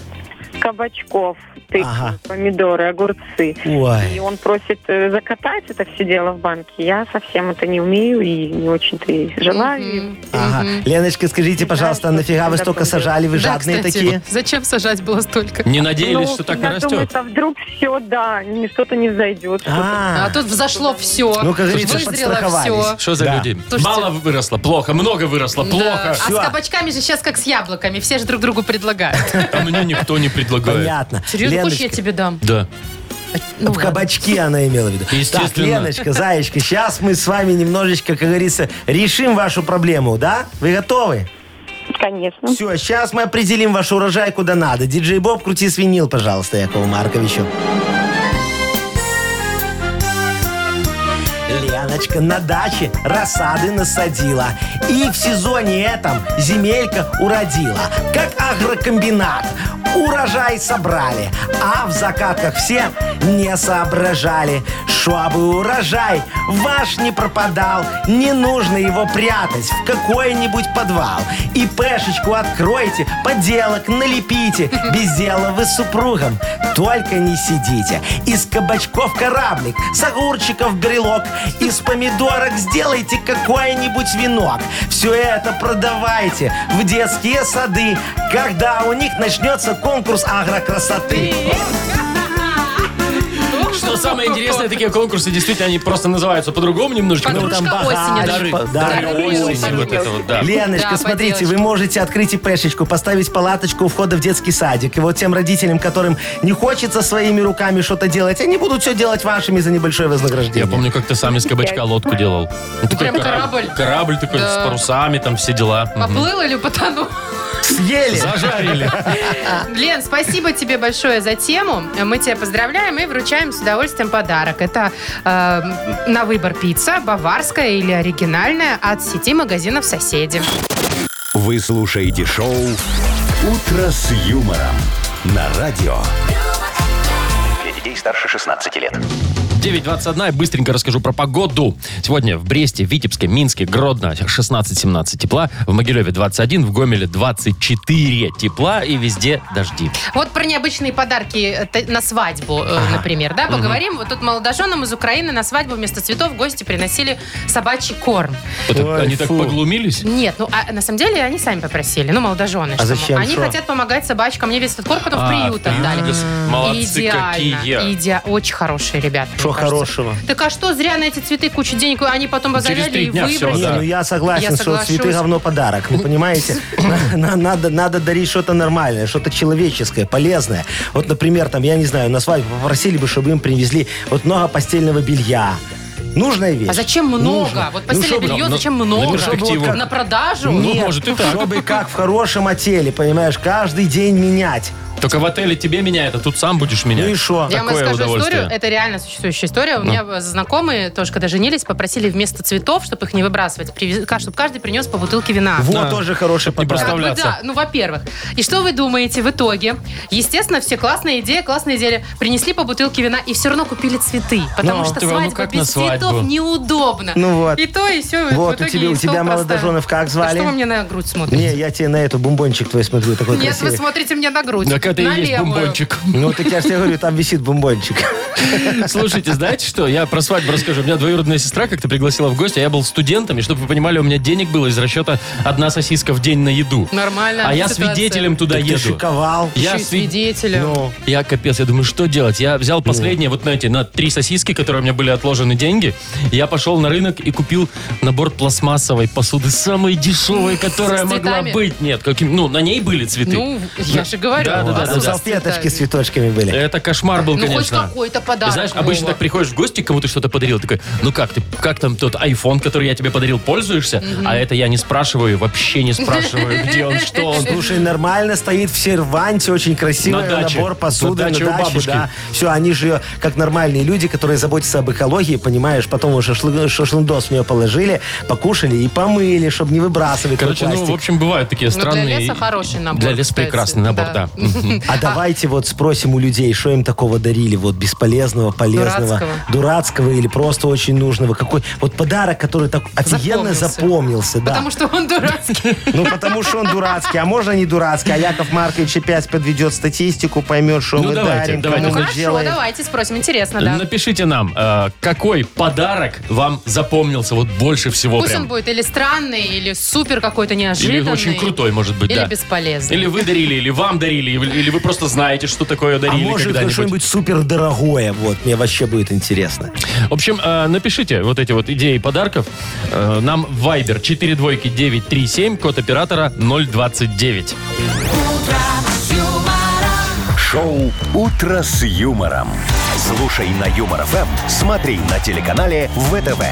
Speaker 6: Кабачков, тыквы,
Speaker 4: Ага.
Speaker 6: помидоры, огурцы. И
Speaker 4: Ой.
Speaker 6: он просит э, закатать это все дело в банке. Я совсем это не умею и не очень-то и желаю. Ну,
Speaker 3: Мгм.
Speaker 4: Ага.
Speaker 3: Мгм.
Speaker 4: Леночка, скажите, пожалуйста, а
Speaker 6: что
Speaker 4: нафига вы
Speaker 6: тогда
Speaker 4: столько
Speaker 6: будет?
Speaker 4: сажали? Вы
Speaker 3: Да,
Speaker 4: жадные
Speaker 3: кстати,
Speaker 4: такие?
Speaker 3: Зачем сажать было столько?
Speaker 2: Не надеялись,
Speaker 6: Ну,
Speaker 2: что так и
Speaker 6: я думаю,
Speaker 2: растет.
Speaker 6: что вдруг все, да, не- что-то не взойдет.
Speaker 3: А
Speaker 4: А,
Speaker 3: тут взошло все,
Speaker 4: ну, как говорится,
Speaker 3: вызрело все.
Speaker 4: подстраховались.
Speaker 2: Что за
Speaker 4: Да.
Speaker 2: люди?
Speaker 3: Слушайте.
Speaker 2: Мало выросло, плохо, много выросло, плохо.
Speaker 3: А с
Speaker 4: Всё.
Speaker 3: кабачками же сейчас как с яблоками, все же друг другу предлагают.
Speaker 2: А мне никто не предлагает.
Speaker 4: понятно.
Speaker 3: Серьезно, хочешь, я
Speaker 4: Леночка,
Speaker 3: тебе дам?
Speaker 2: Да.
Speaker 3: Ну,
Speaker 4: в кабачке она имела в виду.
Speaker 2: Естественно.
Speaker 4: Так, Леночка, Заечка, сейчас мы с вами немножечко, как говорится, решим вашу проблему, да? Вы готовы?
Speaker 9: Конечно.
Speaker 6: Ну.
Speaker 4: Все, сейчас мы определим ваш урожай куда надо. Диджей Боб, крути свинил, пожалуйста, Якову Марковичу. Леночка на даче рассады насадила. И в сезоне этом земелька уродила. Как агрокомбинат урожай собрали, а в закатках все не соображали. Чтобы урожай ваш не пропадал, не нужно его прятать в какой-нибудь подвал. И пешечку откройте, поделок налепите. Без дела вы с супругом только не сидите. Из кабачков кораблик, с огурчиков брелок, из помидорок сделайте какой-нибудь венок. Все это продавайте в детские сады, когда у них начнется конкурс агрокрасоты.
Speaker 2: Что самое интересное, такие конкурсы действительно они просто называются по-другому немножечко.
Speaker 3: Как
Speaker 2: Ну,
Speaker 3: кружка
Speaker 4: там
Speaker 3: осени.
Speaker 4: багаж,
Speaker 3: даже.
Speaker 2: Дары,
Speaker 4: по-
Speaker 2: дары
Speaker 3: дары
Speaker 2: осени,
Speaker 3: осени.
Speaker 2: вот это вот, да.
Speaker 4: Леночка,
Speaker 3: Да,
Speaker 4: смотрите,
Speaker 3: поделочки.
Speaker 4: вы можете открыть ИПшечку, поставить палаточку у входа в детский садик. И вот тем родителям, которым не хочется своими руками что-то делать, они будут все делать вашими за небольшое вознаграждение.
Speaker 2: Я помню, как ты сам из кабачка лодку делал. Ну, такой
Speaker 3: Прям корабль.
Speaker 2: Корабль такой
Speaker 3: Да.
Speaker 2: с парусами, там все дела. Мгм.
Speaker 3: Поплыл или потонул?
Speaker 4: Съели!
Speaker 2: Зажарили.
Speaker 3: Лен, спасибо тебе большое за тему. Мы тебя поздравляем и вручаем с удовольствием подарок. Это э, на выбор пицца, баварская или оригинальная от сети магазинов «Соседи».
Speaker 1: Вы слушаете шоу «Утро с юмором» на радио.
Speaker 5: Для детей старше 16 лет.
Speaker 2: 9.21. Я Быстренько расскажу про погоду. Сегодня в Бресте, Витебске, Минске, Гродно 16-17 тепла, в Могилеве 21, в Гомеле 24 тепла и везде дожди.
Speaker 3: Вот про необычные подарки э, т- на свадьбу, э, например, да, поговорим. Вот тут молодоженам из Украины на свадьбу вместо цветов гости приносили собачий корм.
Speaker 2: Вот
Speaker 4: Ой,
Speaker 2: они так
Speaker 4: фу.
Speaker 2: поглумились.
Speaker 3: Нет, ну а на самом деле они сами попросили, ну молодожены.
Speaker 4: А
Speaker 3: чтобы-
Speaker 4: зачем?
Speaker 3: Они
Speaker 4: Шо?
Speaker 3: хотят помогать собачкам. Мне весь этот корм потом в
Speaker 2: А,
Speaker 3: приют
Speaker 2: приют,
Speaker 3: отдали.
Speaker 2: гос- молодцы
Speaker 3: Идеально.
Speaker 2: какие.
Speaker 3: Иде- Очень хорошие ребята. мне
Speaker 4: Что
Speaker 3: кажется.
Speaker 4: хорошего?
Speaker 3: Так а что, зря на эти цветы кучу денег, а они потом базаряли
Speaker 2: три
Speaker 3: и
Speaker 2: дня всё,
Speaker 3: выбросили.
Speaker 4: Не,
Speaker 2: да.
Speaker 4: ну я согласен,
Speaker 3: Я
Speaker 4: что цветы
Speaker 3: соглашусь.
Speaker 4: говно подарок, вы понимаете? На- на- Надо, надо дарить что-то нормальное, что-то человеческое, полезное. Вот, например, там, я не знаю, на свадьбу попросили бы, чтобы им принесли вот много постельного белья. Нужная вещь.
Speaker 3: А зачем много?
Speaker 4: Нужно.
Speaker 3: Вот
Speaker 4: Ну,
Speaker 3: постельное
Speaker 4: чтобы-
Speaker 3: белье,
Speaker 2: на-
Speaker 3: зачем
Speaker 2: на
Speaker 3: много?
Speaker 2: перспективу.
Speaker 3: На продажу?
Speaker 2: Ну,
Speaker 4: Нет,
Speaker 2: может, и так.
Speaker 4: Чтобы как в хорошем отеле, понимаешь, каждый день менять.
Speaker 2: Только в отеле тебе меняет, а тут сам будешь менять.
Speaker 4: Ну и шо?
Speaker 3: Я вам
Speaker 2: Такое
Speaker 3: расскажу
Speaker 2: удовольствие.
Speaker 3: историю. Это реально существующая история.
Speaker 4: Ну.
Speaker 3: У меня знакомые тоже, когда женились, попросили вместо цветов, чтобы их не выбрасывать, чтобы каждый принес по бутылке вина.
Speaker 4: А. Вот
Speaker 2: Да.
Speaker 4: тоже хороший
Speaker 2: Чтоб не
Speaker 4: подарок.
Speaker 3: Как бы
Speaker 2: Представляться.
Speaker 3: да, ну, во-первых. И что вы думаете в итоге? Естественно, все классные идеи, классные изделия. Принесли по бутылке вина и все равно купили цветы. Потому
Speaker 4: Ну,
Speaker 3: что
Speaker 2: ты, ну,
Speaker 3: свадьба
Speaker 2: как на
Speaker 3: без
Speaker 2: свадьбу?
Speaker 3: цветов неудобно.
Speaker 4: Ну вот.
Speaker 3: И то, и все.
Speaker 4: Вот, у тебя, у тебя молодоженов как звали?
Speaker 3: А Что вы мне на грудь смотрите?
Speaker 4: Не, я тебе на эту бомбончик твой смотрю, такой
Speaker 3: Нет,
Speaker 4: красивый.
Speaker 3: вы смотрите мне на грудь.
Speaker 2: Так это
Speaker 3: на
Speaker 2: и есть
Speaker 3: левую.
Speaker 2: бомбончик.
Speaker 4: Ну, так я же тебе говорю, там висит бомбончик.
Speaker 2: Слушайте, знаете что? Я про свадьбу расскажу. У меня двоюродная сестра как-то пригласила в гости, а я был студентом, и чтобы вы понимали, у меня денег было из расчета одна сосиска в день на еду.
Speaker 3: Нормально.
Speaker 2: А я
Speaker 3: ситуация.
Speaker 2: свидетелем туда
Speaker 4: Так Ты
Speaker 2: еду.
Speaker 4: шиковал.
Speaker 2: Я
Speaker 3: Еще и
Speaker 2: сви-
Speaker 3: свидетелем.
Speaker 4: Ну,
Speaker 2: Я капец, я думаю, что делать? Я взял последние, вот знаете, на три сосиски, которые у меня были отложены деньги, я пошел на рынок и купил набор пластмассовой посуды, самой дешевой, которая
Speaker 3: С
Speaker 2: могла
Speaker 3: цветами?
Speaker 2: быть. Нет, каким, ну, на ней были цветы.
Speaker 3: Ну, я же говорю.
Speaker 2: Да, да, да,
Speaker 4: а
Speaker 2: да, Э,
Speaker 4: там
Speaker 2: да.
Speaker 4: салфеточки с цветочками были.
Speaker 2: Это кошмар был,
Speaker 3: Ну, хоть
Speaker 2: конечно.
Speaker 3: какой-то подарок.
Speaker 2: Знаешь, обычно
Speaker 3: Вова.
Speaker 2: так приходишь в гости, кому-то что-то подарил, такой, ну как ты, как там тот iPhone, который я тебе подарил, пользуешься? А это я не спрашиваю, вообще не спрашиваю, где он, что он.
Speaker 4: Слушай, нормально стоит в серванте, очень красивый
Speaker 2: На даче.
Speaker 4: набор посуды
Speaker 2: На
Speaker 4: на
Speaker 2: даче
Speaker 4: даче,
Speaker 2: у бабушки.
Speaker 4: да. Все, они же её, как нормальные люди, которые заботятся об экологии, понимаешь, потом её шашлы- шашлындос в нее положили, покушали и помыли, чтобы не выбрасывать тот
Speaker 2: Короче, ну,
Speaker 4: пластик.
Speaker 2: в общем, бывают такие
Speaker 3: Ну,
Speaker 2: странные...
Speaker 3: Для леса хороший набор.
Speaker 2: Для леса
Speaker 3: кстати.
Speaker 2: прекрасный набор, да. Мгм.
Speaker 4: А давайте вот спросим у людей, что им такого дарили, вот бесполезного, полезного,
Speaker 3: Дурацкого.
Speaker 4: дурацкого, или просто очень нужного. Какой вот подарок, который так офигенно
Speaker 3: Запомнился.
Speaker 4: запомнился, да.
Speaker 3: Потому что он дурацкий.
Speaker 4: Ну, потому что он дурацкий, а можно не дурацкий, а Яков Маркович опять подведет статистику, поймет, что
Speaker 2: Ну,
Speaker 4: мы
Speaker 2: давайте,
Speaker 4: дарим,
Speaker 2: давайте.
Speaker 4: кому
Speaker 3: Ну
Speaker 4: мы
Speaker 3: хорошо,
Speaker 4: делаем.
Speaker 3: давайте спросим. Интересно, да.
Speaker 2: Напишите нам, э, какой подарок вам запомнился вот больше всего
Speaker 3: Пусть
Speaker 2: прям.
Speaker 3: он будет или странный, или супер какой-то неожиданный.
Speaker 2: Или очень крутой, может быть,
Speaker 3: Или
Speaker 2: да.
Speaker 3: бесполезный.
Speaker 2: Или вы дарили, или вам дарили, или или вы просто знаете, что такое
Speaker 4: А
Speaker 2: дарили
Speaker 4: может это
Speaker 2: когда-нибудь.
Speaker 4: что-нибудь супер дорогое, вот, мне вообще будет интересно.
Speaker 2: В общем, э, напишите вот эти вот идеи подарков э, нам в Viber 4 двойки 937, код оператора 029.
Speaker 1: Шоу «Утро с юмором». Слушай на Юмор ФМ, смотри на телеканале ВТВ.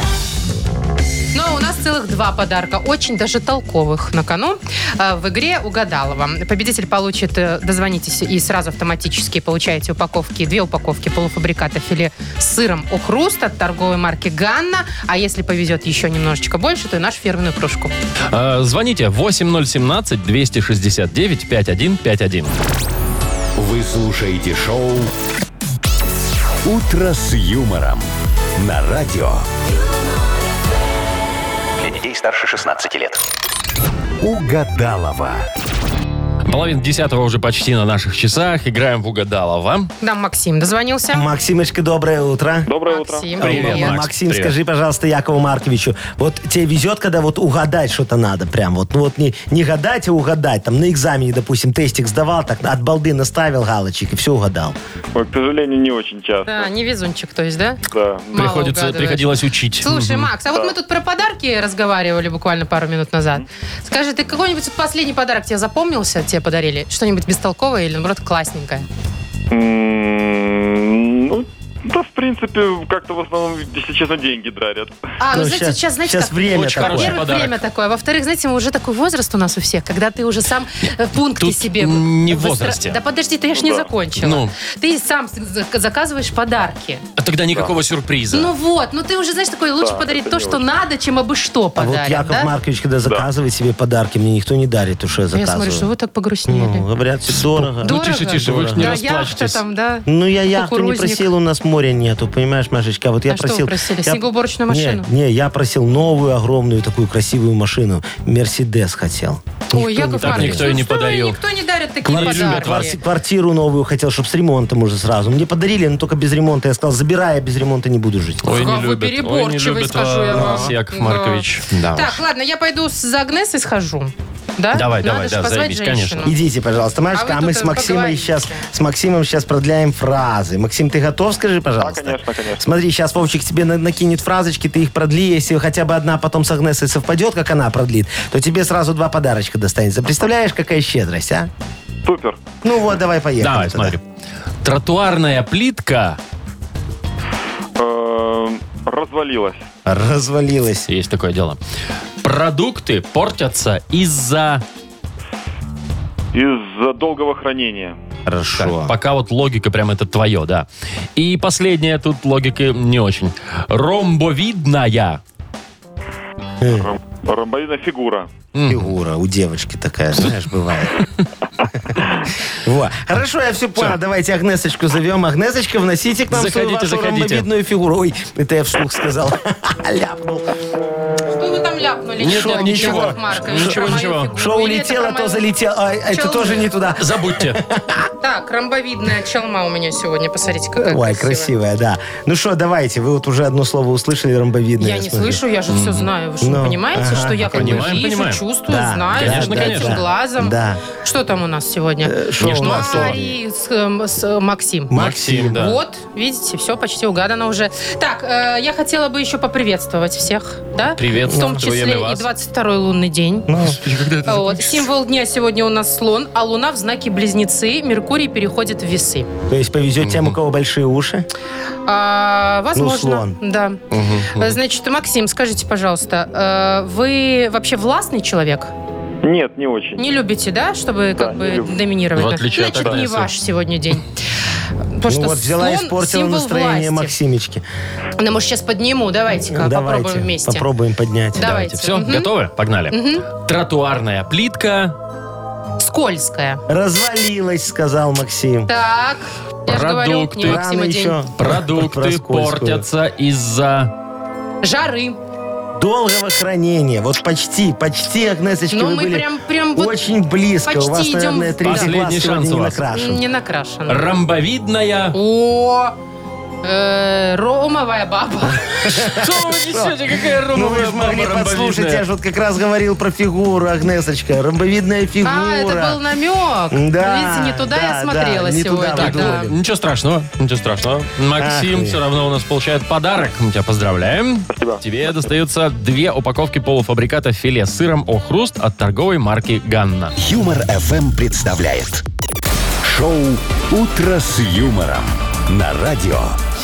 Speaker 3: Но у нас целых два подарка, очень даже толковых на кону. Э, В игре «Угадалова». Победитель получит, э, дозвонитесь и сразу автоматически получаете упаковки, две упаковки полуфабриката филе с сыром «Укруст» от торговой марки «Ганна». А если повезет еще немножечко больше, то и нашу фирменную кружку.
Speaker 2: Э, Звоните 8017-269-5151.
Speaker 1: Вы слушаете шоу «Утро с юмором» на радио
Speaker 5: Для детей старше 16 лет.
Speaker 1: «Угадалова».
Speaker 2: Половина десятого уже почти на наших часах. Играем в угадалово.
Speaker 3: Нам Максим дозвонился.
Speaker 4: Максимочка, доброе утро.
Speaker 7: Доброе
Speaker 6: А,
Speaker 3: Максим,
Speaker 2: Привет,
Speaker 4: Э,
Speaker 2: Макс.
Speaker 4: Максим,
Speaker 2: привет.
Speaker 4: скажи, пожалуйста, Якову Марковичу, вот тебе везет, когда вот угадать что-то надо, прям вот, ну вот не, не гадать, а угадать. Там на экзамене, допустим, тестик сдавал, так от балды наставил галочек и все угадал.
Speaker 7: Ой, к сожалению, не очень часто.
Speaker 3: Да, невезунчик, то есть, да?
Speaker 7: Да.
Speaker 3: Мало
Speaker 2: Приходится,
Speaker 3: угадывает.
Speaker 2: приходилось учить.
Speaker 3: Слушай,
Speaker 2: Мгм.
Speaker 3: Макс, а вот мы тут про подарки разговаривали буквально пару минут назад. Скажи, ты какой-нибудь вот последний подарок тебе запомнился, тебе подарили? Что-нибудь бестолковое или, наоборот, классненькое?
Speaker 7: М, Ну, да, в принципе, как-то в основном, если честно, деньги драрят.
Speaker 3: А, ну,
Speaker 4: Ну,
Speaker 3: знаете,
Speaker 4: щас-
Speaker 3: сейчас, знаете,
Speaker 4: щас
Speaker 3: как...
Speaker 4: время
Speaker 2: Очень
Speaker 4: такое.
Speaker 2: хороший
Speaker 3: Во-первых,
Speaker 2: подарок.
Speaker 3: время такое. Во-вторых, знаете, мы уже такой возраст у нас у всех, когда ты уже сам э, пункты
Speaker 2: тут
Speaker 3: себе...
Speaker 2: не в
Speaker 3: выстра-
Speaker 2: возрасте.
Speaker 3: Да подожди, ты я ж
Speaker 7: Ну
Speaker 3: не
Speaker 7: да.
Speaker 3: закончила.
Speaker 2: Ну.
Speaker 3: Ты сам с- зак- заказываешь подарки.
Speaker 2: А тогда никакого сюрприза.
Speaker 3: Ну вот, ну ты уже, знаешь, такой, лучше
Speaker 7: Да,
Speaker 3: подарить
Speaker 7: это
Speaker 3: то,
Speaker 7: не
Speaker 3: что
Speaker 7: очень.
Speaker 3: надо, чем абы что
Speaker 4: А вот
Speaker 3: подарят,
Speaker 4: Яков
Speaker 3: да?
Speaker 4: Маркович, когда заказывает себе подарки, мне никто не дарит, уж я
Speaker 3: Я смотрю, что
Speaker 4: заказываю.
Speaker 3: вы так погрустнели.
Speaker 4: Ну, говорят, все дорого.
Speaker 2: Ну, тише, тише, вы ж не
Speaker 3: да, яхта
Speaker 2: расплачетесь.
Speaker 3: там, да.
Speaker 4: Ну, я яхту не
Speaker 3: кукурузник.
Speaker 4: просил, у нас моря нету, понимаешь, Машечка? А Вот я
Speaker 3: А что вы
Speaker 4: просил...
Speaker 3: просили?
Speaker 4: я-
Speaker 3: Снегоуборочную машину?
Speaker 4: Не, не, я просил новую, огромную, такую красивую машину. Мерседес хотел.
Speaker 3: Ой,
Speaker 4: Никто не
Speaker 3: Яков
Speaker 2: так
Speaker 3: Маркович,
Speaker 2: никто и
Speaker 3: ну
Speaker 2: не
Speaker 3: что вы,
Speaker 2: подарил.
Speaker 3: Никто не дарит такие
Speaker 2: Квартиру,
Speaker 3: подарки.
Speaker 4: Кварти- Квартиру новую хотел, чтобы с ремонтом уже сразу. Мне подарили, но только без ремонта. Я сказал, забирай, я без ремонта не буду жить.
Speaker 2: Ой,
Speaker 3: Какой
Speaker 2: не любят, ой, не
Speaker 3: переборчивый,
Speaker 2: любят
Speaker 3: скажу я
Speaker 2: вас,
Speaker 3: вам.
Speaker 2: Яков
Speaker 3: Да.
Speaker 2: Маркович. Да
Speaker 3: Так,
Speaker 2: уж.
Speaker 3: ладно, я пойду с за Агнесой схожу. Да?
Speaker 2: Давай,
Speaker 3: Надо
Speaker 2: давай,
Speaker 3: же
Speaker 2: да,
Speaker 3: позвать
Speaker 2: займись,
Speaker 3: женщину.
Speaker 2: конечно.
Speaker 4: Идите, пожалуйста, Машечка,
Speaker 3: ну. А
Speaker 4: а,
Speaker 3: вы
Speaker 4: мы
Speaker 3: тут
Speaker 4: с Максимом
Speaker 3: поговорите.
Speaker 4: сейчас с Максимом сейчас продляем фразы. Максим, ты готов? Скажи, пожалуйста.
Speaker 7: А, конечно, конечно.
Speaker 4: Смотри, сейчас Вовчик тебе на- накинет фразочки, ты их продли. Если хотя бы одна потом с Агнесой совпадет, как она продлит, то тебе сразу два подарочка достанется. Представляешь, какая щедрость, а?
Speaker 7: Супер.
Speaker 4: Ну вот, давай поехали.
Speaker 2: Давай,
Speaker 4: тогда.
Speaker 2: смотри. Тротуарная плитка.
Speaker 7: Эм, Развалилась.
Speaker 4: Развалилась.
Speaker 2: Есть такое дело. Продукты портятся из-за...
Speaker 7: Из-за долгого хранения.
Speaker 4: Хорошо.
Speaker 2: Так, Пока вот логика прям это твое, да. И последняя тут логика не очень. Ромбовидная.
Speaker 7: Ром- Ромбовидная фигура.
Speaker 4: Фигура у девочки такая, знаешь, бывает. Во. Хорошо, я все понял. Давайте Агнесочку зовем. Агнесочка, вносите к нам свою
Speaker 2: Заходите,
Speaker 4: вашу
Speaker 2: заходите.
Speaker 4: ромбовидную фигуру. Ой, это я вслух сказал. Ляпнул.
Speaker 3: Что вы там ляпнули?
Speaker 2: Нет,
Speaker 3: Яков
Speaker 2: нет, ничего.
Speaker 3: Маркович,
Speaker 2: Ничего,
Speaker 3: про мою
Speaker 2: ничего.
Speaker 3: фигуру?
Speaker 4: Что
Speaker 3: Или это
Speaker 4: улетело,
Speaker 3: про мою-
Speaker 4: то залетело. А, Это
Speaker 3: Чел-
Speaker 4: тоже не туда.
Speaker 2: Забудьте.
Speaker 3: Так, ромбовидная челма у меня сегодня, посмотрите, какая
Speaker 4: Ой,
Speaker 3: красивая.
Speaker 4: красивая, да. Ну что, давайте. Вы вот уже одно слово услышали, ромбовидное.
Speaker 3: Я не
Speaker 4: смотрю.
Speaker 3: слышу, я же все знаю. Вы что,
Speaker 4: Ну,
Speaker 3: понимаете,
Speaker 4: ага,
Speaker 3: что я как бы
Speaker 2: понимаем,
Speaker 3: вижу,
Speaker 2: понимаем.
Speaker 3: чувствую,
Speaker 4: Да,
Speaker 3: знаю,
Speaker 2: конечно,
Speaker 3: этим
Speaker 2: конечно.
Speaker 3: глазом.
Speaker 4: Да.
Speaker 3: Что там у нас сегодня?
Speaker 4: Э, шо
Speaker 2: Не,
Speaker 4: у
Speaker 2: что
Speaker 4: нас сегодня?
Speaker 3: Мари с, эм, с, э, Максим.
Speaker 2: Максим, да.
Speaker 3: Вот, видите, все почти угадано уже. Так, э, я хотела бы еще поприветствовать всех, да? В
Speaker 2: Приветствуем
Speaker 3: том числе
Speaker 2: и
Speaker 3: и
Speaker 2: вас.
Speaker 3: 22-й лунный день.
Speaker 4: Ну,
Speaker 3: Вот. Символ дня сегодня у нас слон, а луна в знаке близнецы. Меркурий переходит в весы.
Speaker 4: то есть повезет тем, у кого большие уши.
Speaker 3: А, возможно,
Speaker 4: Ну,
Speaker 3: да. Э, Значит, Максим, скажите, пожалуйста, э, вы вообще властный человек?
Speaker 7: Нет, не очень.
Speaker 3: Не любите, да, чтобы
Speaker 7: Да,
Speaker 3: как
Speaker 7: не
Speaker 3: бы
Speaker 7: люблю.
Speaker 3: доминировать?
Speaker 2: В отличие от
Speaker 3: Значит, не
Speaker 2: Агнесы.
Speaker 3: ваш сегодня день. Потому
Speaker 4: ну
Speaker 3: что
Speaker 4: вот взяла и
Speaker 3: слон
Speaker 4: испортила
Speaker 3: символ
Speaker 4: настроение
Speaker 3: власти.
Speaker 4: Максимочки.
Speaker 3: Ну, может, сейчас подниму, давайте-ка
Speaker 4: Давайте,
Speaker 3: попробуем вместе.
Speaker 4: попробуем поднять.
Speaker 3: Давайте.
Speaker 2: Все,
Speaker 3: Мгм.
Speaker 2: готовы? Погнали.
Speaker 3: Мгм.
Speaker 2: Тротуарная плитка.
Speaker 3: Скользкая.
Speaker 4: Развалилась, сказал Максим.
Speaker 3: Так, я же говорю, не
Speaker 2: Продукты.
Speaker 4: Рано
Speaker 3: Максима день.
Speaker 4: еще. Про
Speaker 2: Продукты
Speaker 4: скользкую.
Speaker 2: портятся из-за...
Speaker 3: Жары.
Speaker 4: Долгого хранения. Вот почти, почти, Агнесочка,
Speaker 3: Но
Speaker 4: вы
Speaker 3: Ну, мы
Speaker 4: были
Speaker 3: прям, прям вот
Speaker 4: очень близко.
Speaker 3: почти
Speaker 4: у вас,
Speaker 3: идем
Speaker 4: наверное,
Speaker 3: в-
Speaker 4: третий
Speaker 2: Последний
Speaker 4: глаз
Speaker 2: шанс
Speaker 4: сегодня
Speaker 2: у
Speaker 4: не
Speaker 2: вас.
Speaker 4: накрашен.
Speaker 3: не накрашены.
Speaker 2: Ромбовидная.
Speaker 3: О, э, ромовая баба.
Speaker 2: Что вы несете? Какая
Speaker 4: Ну, вы
Speaker 2: ромовая
Speaker 4: же могли
Speaker 2: баба
Speaker 4: подслушать, я
Speaker 2: ромбовидная?
Speaker 4: же вот как раз говорил про фигуру, Агнесочка. Ромбовидная фигура.
Speaker 3: А, это был намек.
Speaker 4: Да,
Speaker 3: Видите, не туда
Speaker 4: да,
Speaker 3: я смотрела
Speaker 4: да, не туда
Speaker 3: сегодня.
Speaker 4: вы
Speaker 3: да.
Speaker 4: думали.
Speaker 2: Ничего страшного, ничего страшного. Максим
Speaker 4: Ах,
Speaker 2: все равно у нас получает подарок. Мы тебя поздравляем. Тебе достаются две упаковки полуфабриката филе с сыром «Охруст» от торговой марки «Ганна».
Speaker 1: Юмор FM представляет Шоу «Утро с юмором» на радио.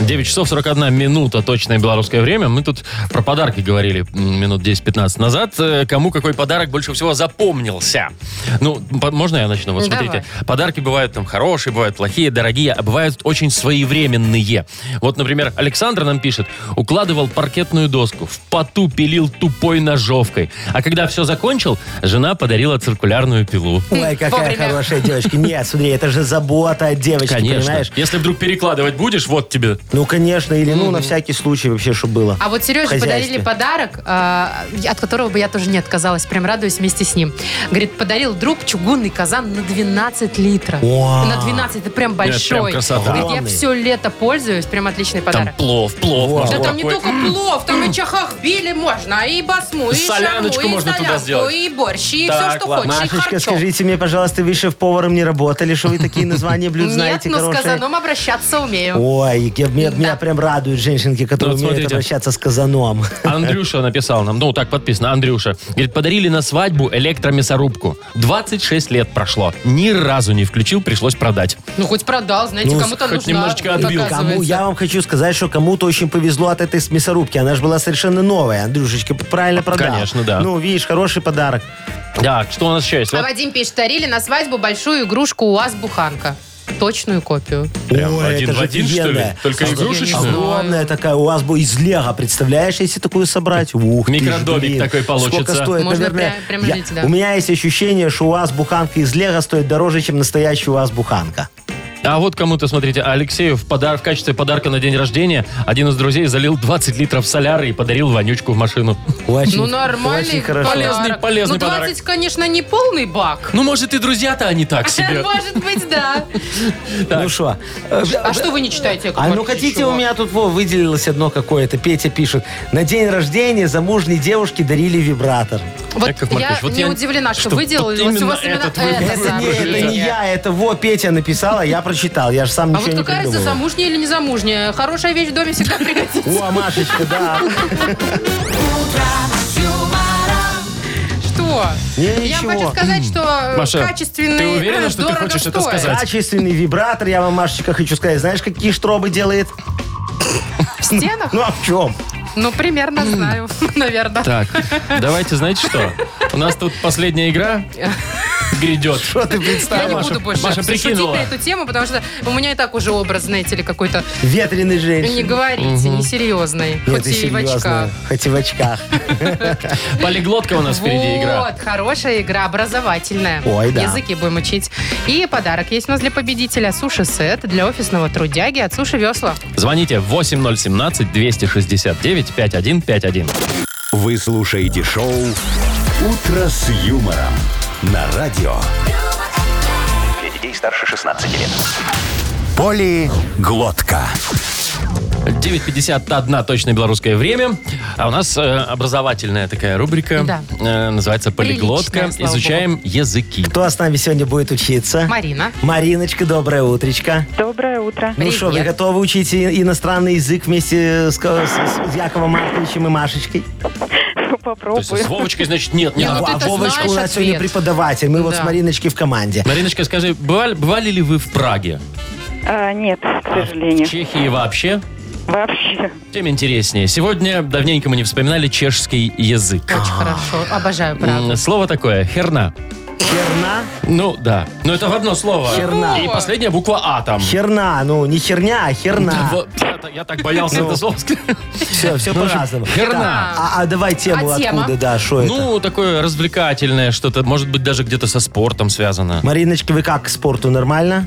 Speaker 2: 9 часов 41 минута, точное белорусское время. Мы тут про подарки говорили м, минут 10-15 назад. Э, Кому какой подарок больше всего запомнился? Ну, по- можно я начну? Вот
Speaker 3: Ну,
Speaker 2: смотрите.
Speaker 3: давай.
Speaker 2: Подарки бывают там хорошие, бывают плохие, дорогие, а бывают очень своевременные. Вот, например, Александр нам пишет. Укладывал паркетную доску, в поту пилил тупой ножовкой. А когда все закончил, жена подарила циркулярную пилу.
Speaker 4: Ой, какая
Speaker 3: вовремя.
Speaker 4: хорошая девочка. Нет, смотри, это же забота от девочки,
Speaker 2: Конечно.
Speaker 4: понимаешь?
Speaker 2: Если вдруг перекладывать будешь, вот тебе
Speaker 4: Ну, конечно, или ну на всякий случай вообще, чтобы было.
Speaker 3: А вот
Speaker 4: в
Speaker 3: Сереже
Speaker 4: хозяйстве.
Speaker 3: подарили подарок, а, от которого бы я тоже не отказалась. Прям радуюсь вместе с ним. Говорит, подарил друг чугунный казан на 12 литров.
Speaker 4: О.
Speaker 3: На 12, это прям большой.
Speaker 2: прям красота.
Speaker 3: Говорит, я
Speaker 4: Огромный.
Speaker 3: все лето пользуюсь, прям отличный подарок.
Speaker 2: там плов, плов.
Speaker 4: Во,
Speaker 2: можно
Speaker 3: Да
Speaker 4: во.
Speaker 3: там не
Speaker 2: такой.
Speaker 3: только плов, там и чахахбили можно, и басму, и
Speaker 2: Соляночку
Speaker 3: шарму,
Speaker 2: можно
Speaker 3: и
Speaker 2: туда
Speaker 3: солянку,
Speaker 2: сделать.
Speaker 3: и борщ, и
Speaker 2: Так,
Speaker 3: все, что
Speaker 2: ладно.
Speaker 3: хочешь, и
Speaker 4: Машечка,
Speaker 3: харчо.
Speaker 4: скажите мне, пожалуйста, вы шеф-поваром не работали, что вы такие названия блюд
Speaker 3: Нет,
Speaker 4: знаете
Speaker 3: но с
Speaker 4: хорошие?
Speaker 3: казаном обращаться умею.
Speaker 4: Ой, я- меня,
Speaker 3: Да.
Speaker 4: меня прям радуют женщинки, которые
Speaker 2: Ну, вот
Speaker 4: умеют
Speaker 2: смотрите.
Speaker 4: обращаться с казаном.
Speaker 2: Андрюша написал нам, ну так подписано, Андрюша. Говорит, подарили на свадьбу электромясорубку. 26 лет прошло. Ни разу не включил, пришлось продать.
Speaker 3: Ну, хоть продал, знаете,
Speaker 4: Ну,
Speaker 3: кому-то
Speaker 2: хоть
Speaker 3: нужна.
Speaker 2: немножечко отбил.
Speaker 4: Кому,
Speaker 3: оказывается.
Speaker 4: я вам хочу сказать, что кому-то очень повезло от этой с- мясорубки. Она же была совершенно новая, Андрюшечка, правильно продал.
Speaker 2: А, Конечно, да.
Speaker 4: Ну, видишь, хороший подарок.
Speaker 2: Да, что у нас еще есть?
Speaker 3: А
Speaker 2: Вот
Speaker 3: Вадим пишет, дарили на свадьбу большую игрушку УАЗ Буханка. Точную копию.
Speaker 2: Прям
Speaker 4: Ой,
Speaker 2: один
Speaker 4: это
Speaker 2: в
Speaker 4: же
Speaker 2: один, что ли?
Speaker 4: офигенно.
Speaker 2: Только
Speaker 4: Офигенно.
Speaker 2: игрушечную?
Speaker 4: Огромная такая. У вас бы из лего, представляешь, если такую собрать? Ух ты ж,
Speaker 2: Микродомик
Speaker 4: блин.
Speaker 2: такой получится.
Speaker 4: Сколько стоит?
Speaker 3: Можно
Speaker 4: Наверное,
Speaker 3: прям- прям
Speaker 4: я-
Speaker 3: жить, да.
Speaker 4: У меня есть ощущение, что у вас буханка из лего стоит дороже, чем настоящий у вас буханка.
Speaker 2: А вот кому-то, смотрите, Алексею в, подар... в качестве подарка на день рождения один из друзей залил 20 литров соляры и подарил вонючку в машину.
Speaker 4: Очень-
Speaker 3: ну, нормальный
Speaker 4: Очень хорошо.
Speaker 3: подарок.
Speaker 2: Полезный- полезный
Speaker 3: Ну, 20, конечно, не полный бак.
Speaker 2: Ну, может, и друзья-то они так себе.
Speaker 3: Может быть, да.
Speaker 4: Ну что?
Speaker 3: А что вы не читаете? Яков
Speaker 4: А ну
Speaker 3: Маркович,
Speaker 4: хотите,
Speaker 3: чего?
Speaker 4: у меня тут во, выделилось одно какое-то. Петя пишет. На день рождения замужней девушке дарили вибратор.
Speaker 3: Вот
Speaker 2: Яков
Speaker 3: я
Speaker 2: Маркович, вот
Speaker 3: не
Speaker 2: я-
Speaker 3: удивлена, что,
Speaker 2: что
Speaker 3: выделала
Speaker 2: вот
Speaker 3: у вас
Speaker 2: именно
Speaker 3: именно
Speaker 2: этот
Speaker 3: это,
Speaker 2: вы выбрали.
Speaker 4: Это не,
Speaker 2: соображение.
Speaker 4: это не я, это во Петя написала, я прочитал. Я же сам
Speaker 3: А
Speaker 4: ничего
Speaker 3: вот
Speaker 4: не
Speaker 3: какая разница,
Speaker 4: придумывал.
Speaker 3: замужняя или незамужняя? Хорошая вещь в доме всегда пригодится.
Speaker 4: О, Машечка, да.
Speaker 3: Что?
Speaker 4: Не,
Speaker 3: Я вам
Speaker 4: ничего.
Speaker 3: хочу сказать, что
Speaker 2: Маша,
Speaker 3: качественный
Speaker 2: ты уверена,
Speaker 3: э,
Speaker 2: что ты
Speaker 3: дорого
Speaker 2: хочешь это
Speaker 3: стоит.
Speaker 2: сказать?
Speaker 4: Качественный вибратор, я вам, Машечка, хочу сказать. Знаешь, какие штробы делает?
Speaker 3: В стенах?
Speaker 4: Ну, а в чем?
Speaker 3: Ну, примерно знаю, наверное.
Speaker 2: Так, давайте, знаете что? У нас тут последняя игра грядет.
Speaker 4: Что ты
Speaker 3: Я не
Speaker 4: представила?
Speaker 2: Маша-
Speaker 3: буду больше
Speaker 2: Маша
Speaker 3: шутить
Speaker 2: прикинула.
Speaker 3: на эту тему, потому что у меня и так уже образ, знаете ли, какой-то...
Speaker 4: Ветреный
Speaker 3: Не
Speaker 4: женщина.
Speaker 3: говорите, несерьезный.
Speaker 4: Нет,
Speaker 3: Хоть
Speaker 4: ты
Speaker 3: и в очках.
Speaker 4: серьезная. Хоть и в очках.
Speaker 2: Полиглотка у нас впереди игра.
Speaker 3: Вот, хорошая игра, образовательная.
Speaker 4: Ой, да.
Speaker 3: Языки будем учить. И подарок есть у нас для победителя. Суши-сет для офисного трудяги от Суши Весла.
Speaker 2: Звоните 8017-269-5151.
Speaker 1: Вы слушаете шоу «Утро с юмором» на радио.
Speaker 5: Для детей старше 16 лет.
Speaker 1: Полиглотка.
Speaker 2: 9.51 точное белорусское время. А у нас э, образовательная такая рубрика.
Speaker 3: Да.
Speaker 2: Э, называется «Полиглотка».
Speaker 3: Приличная, слава
Speaker 2: Изучаем языки.
Speaker 4: Кто с нами сегодня будет учиться?
Speaker 3: Марина.
Speaker 4: Мариночка, доброе утречко.
Speaker 6: Доброе утро.
Speaker 4: Ну что, вы
Speaker 3: Привет.
Speaker 4: готовы учить и- иностранный язык вместе с, ко- с- с Яковом Марковичем и Машечкой?
Speaker 2: То есть с
Speaker 6: Попробуем.
Speaker 2: Вовочкой, значит, нет, не
Speaker 3: Не, ну
Speaker 2: надо.
Speaker 3: ты-
Speaker 4: а
Speaker 3: это
Speaker 4: Вовочка у
Speaker 3: знаешь ответ.
Speaker 4: нас сегодня преподаватель. Мы вот
Speaker 3: Да.
Speaker 4: с Мариночкой в команде.
Speaker 2: Мариночка, скажи, бывали, бывали ли вы в Праге?
Speaker 6: А, Нет, к
Speaker 2: В
Speaker 6: сожалению.
Speaker 2: Чехии вообще?
Speaker 6: Вообще.
Speaker 2: Тем интереснее. Сегодня давненько мы не вспоминали чешский язык.
Speaker 3: Очень хорошо. Обожаю, правда.
Speaker 2: А. М, Слово такое «херна».
Speaker 4: Херна?
Speaker 2: Ну, да. Но это в одно слово.
Speaker 4: Херна.
Speaker 2: И последняя буква «а» там.
Speaker 4: Херна. Ну, не херня, а
Speaker 2: Да,
Speaker 4: херна.
Speaker 2: вот, я, так- я так боялся
Speaker 3: Ну.
Speaker 2: это слово сказать.
Speaker 4: Все, все по-разному.
Speaker 2: херна.
Speaker 4: Ну, Так, А, а давай тему
Speaker 3: А тема?
Speaker 4: откуда, да, что это?
Speaker 2: Ну, такое развлекательное что-то, может быть, даже где-то со спортом связано.
Speaker 4: Мариночка, вы как к спорту, нормально?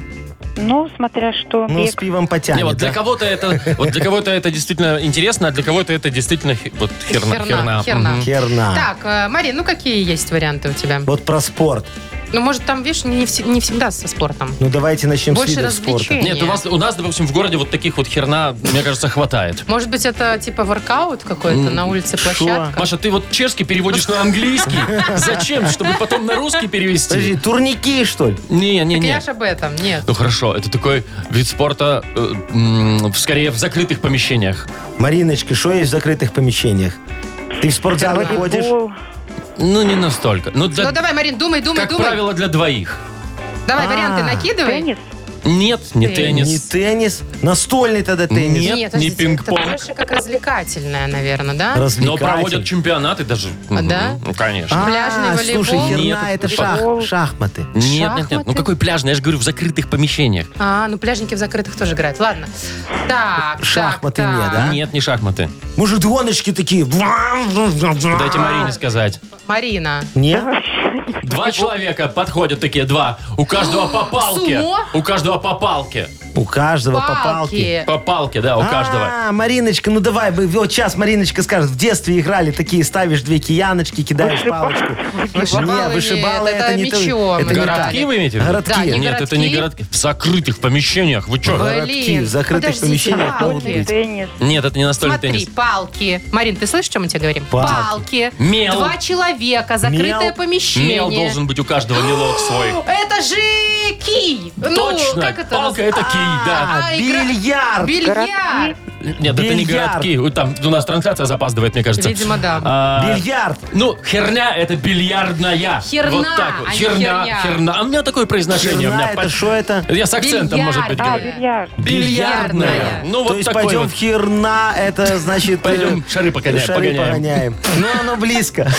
Speaker 6: Ну, смотря что,
Speaker 4: Ну, с
Speaker 6: бег.
Speaker 4: пивом потянет,
Speaker 2: Не, вот для
Speaker 4: да?
Speaker 2: кого-то это, вот для кого-то это действительно интересно, а для кого-то это действительно хе- вот херна,
Speaker 3: Херна,
Speaker 2: херна.
Speaker 3: херна.
Speaker 2: Мгм.
Speaker 4: Херна.
Speaker 3: Так, э, Марин, ну какие есть варианты у тебя?
Speaker 4: Вот про спорт.
Speaker 3: Ну, может, там, видишь, не, вс- не всегда со спортом.
Speaker 4: Ну, давайте начнем
Speaker 3: Больше
Speaker 4: с видов спорта.
Speaker 3: развлечений.
Speaker 2: Нет, у вас, у нас, допустим, в городе вот таких вот херна, мне кажется, хватает.
Speaker 3: Может быть, это типа воркаут какой-то на улице
Speaker 4: шо?
Speaker 3: площадка?
Speaker 2: Маша, ты вот чешский переводишь на английский? Зачем? Чтобы потом на русский
Speaker 4: Подожди,
Speaker 2: перевести?
Speaker 4: турники, что ли?
Speaker 2: Не, не,
Speaker 3: Так
Speaker 2: не.
Speaker 3: я ж об этом, нет.
Speaker 2: Ну хорошо, это такой вид спорта, э, м, скорее в закрытых помещениях.
Speaker 4: Мариночка, что есть в закрытых помещениях? Ты в спортзал ходишь?
Speaker 6: Футбол.
Speaker 2: Ну, не настолько. Ну, для-
Speaker 3: Ну давай, Марин, думай, думай,
Speaker 2: как
Speaker 3: думай.
Speaker 2: правило, для двоих.
Speaker 3: Давай,
Speaker 4: А.
Speaker 3: варианты накидывай.
Speaker 9: Теннис?
Speaker 2: Нет, не теннис.
Speaker 3: Теннис.
Speaker 4: Не теннис? Настольный тогда теннис?
Speaker 2: Нет, не
Speaker 3: подождите,
Speaker 2: пинг-понг.
Speaker 3: Это больше как развлекательное, наверное, да?
Speaker 2: Но
Speaker 4: Развлекатель.
Speaker 2: проводят чемпионаты даже. Мгм.
Speaker 3: А, да?
Speaker 2: Ну, конечно.
Speaker 4: А,
Speaker 3: Пляжный
Speaker 4: слушай,
Speaker 3: волейбол.
Speaker 4: херна,
Speaker 2: Нет,
Speaker 4: это шах,
Speaker 6: волейбол.
Speaker 4: шахматы.
Speaker 2: Нет, нет, нет. Ну
Speaker 3: шахматы?
Speaker 2: какой пляжный? Я же говорю, в закрытых помещениях.
Speaker 3: А, ну пляжники в закрытых тоже играют. Ладно. Так,
Speaker 4: Шахматы а?
Speaker 3: так,
Speaker 4: мне,
Speaker 3: так.
Speaker 4: да?
Speaker 2: Нет, не шахматы.
Speaker 4: Может, гоночки такие?
Speaker 2: Дайте
Speaker 3: А.
Speaker 2: Марине сказать.
Speaker 3: Марина.
Speaker 4: Нет?
Speaker 2: Два человека подходят такие, два. У каждого по палке.
Speaker 3: Сумо?
Speaker 2: У каждого по палке.
Speaker 4: У каждого по палке.
Speaker 3: Палки.
Speaker 2: По палке, да, у каждого.
Speaker 4: А, Мариночка, ну давай, бы- вот сейчас Мариночка скажет, в детстве играли такие, ставишь две кияночки, кидаешь палочку.
Speaker 3: Вышибалы
Speaker 4: Нет, вышибалы
Speaker 3: нет, это
Speaker 4: это не то.
Speaker 3: мечом
Speaker 4: это не
Speaker 3: играли.
Speaker 4: так.
Speaker 2: Городки вы имеете в виду?
Speaker 4: Городки. Да,
Speaker 3: не
Speaker 2: Нет, это не городки. В закрытых помещениях. Вы что?
Speaker 3: Блин,
Speaker 4: Городки в закрытых
Speaker 3: подождите,
Speaker 4: помещениях могут
Speaker 3: палки.
Speaker 4: быть.
Speaker 9: Теннис.
Speaker 2: Нет, это не настольный
Speaker 3: Смотри,
Speaker 2: теннис.
Speaker 3: палки. Марин, ты слышишь, о чем мы тебе говорим?
Speaker 4: Палки.
Speaker 3: Палки.
Speaker 2: Мел.
Speaker 3: Два человека, закрытое
Speaker 4: Мел.
Speaker 3: помещение.
Speaker 2: Мел должен быть у каждого мелок свой.
Speaker 3: Это же кий.
Speaker 2: Точно,
Speaker 3: Ну, как это?
Speaker 2: палка это кий, да.
Speaker 3: А, игра-
Speaker 4: Бильярд!
Speaker 3: Бильярд.
Speaker 2: Нет, это не
Speaker 4: Бильярд.
Speaker 2: городки. Ой, Там у нас трансляция запаздывает, мне кажется.
Speaker 3: Видимо, да.
Speaker 2: А,
Speaker 4: Бильярд!
Speaker 2: Ну, херня это бильярдная.
Speaker 3: Херна,
Speaker 2: Вот так вот.
Speaker 3: а не
Speaker 2: Херня,
Speaker 3: херня.
Speaker 2: херна. А у меня такое произношение. у
Speaker 4: Херна,
Speaker 2: меня
Speaker 4: это
Speaker 2: под-
Speaker 4: что это?
Speaker 2: Я с акцентом,
Speaker 3: Бильярд.
Speaker 2: может быть,
Speaker 3: А,
Speaker 2: говорю.
Speaker 9: Бильярд.
Speaker 2: Бильярдная.
Speaker 3: Бильярдная.
Speaker 2: Ну,
Speaker 4: То
Speaker 2: вот
Speaker 4: есть
Speaker 2: такой
Speaker 4: пойдем
Speaker 2: вот.
Speaker 4: в херна, это значит... э,
Speaker 2: Пойдем шары погоняем,
Speaker 4: шары
Speaker 2: погоняем.
Speaker 4: погоняем. Ну, оно близко.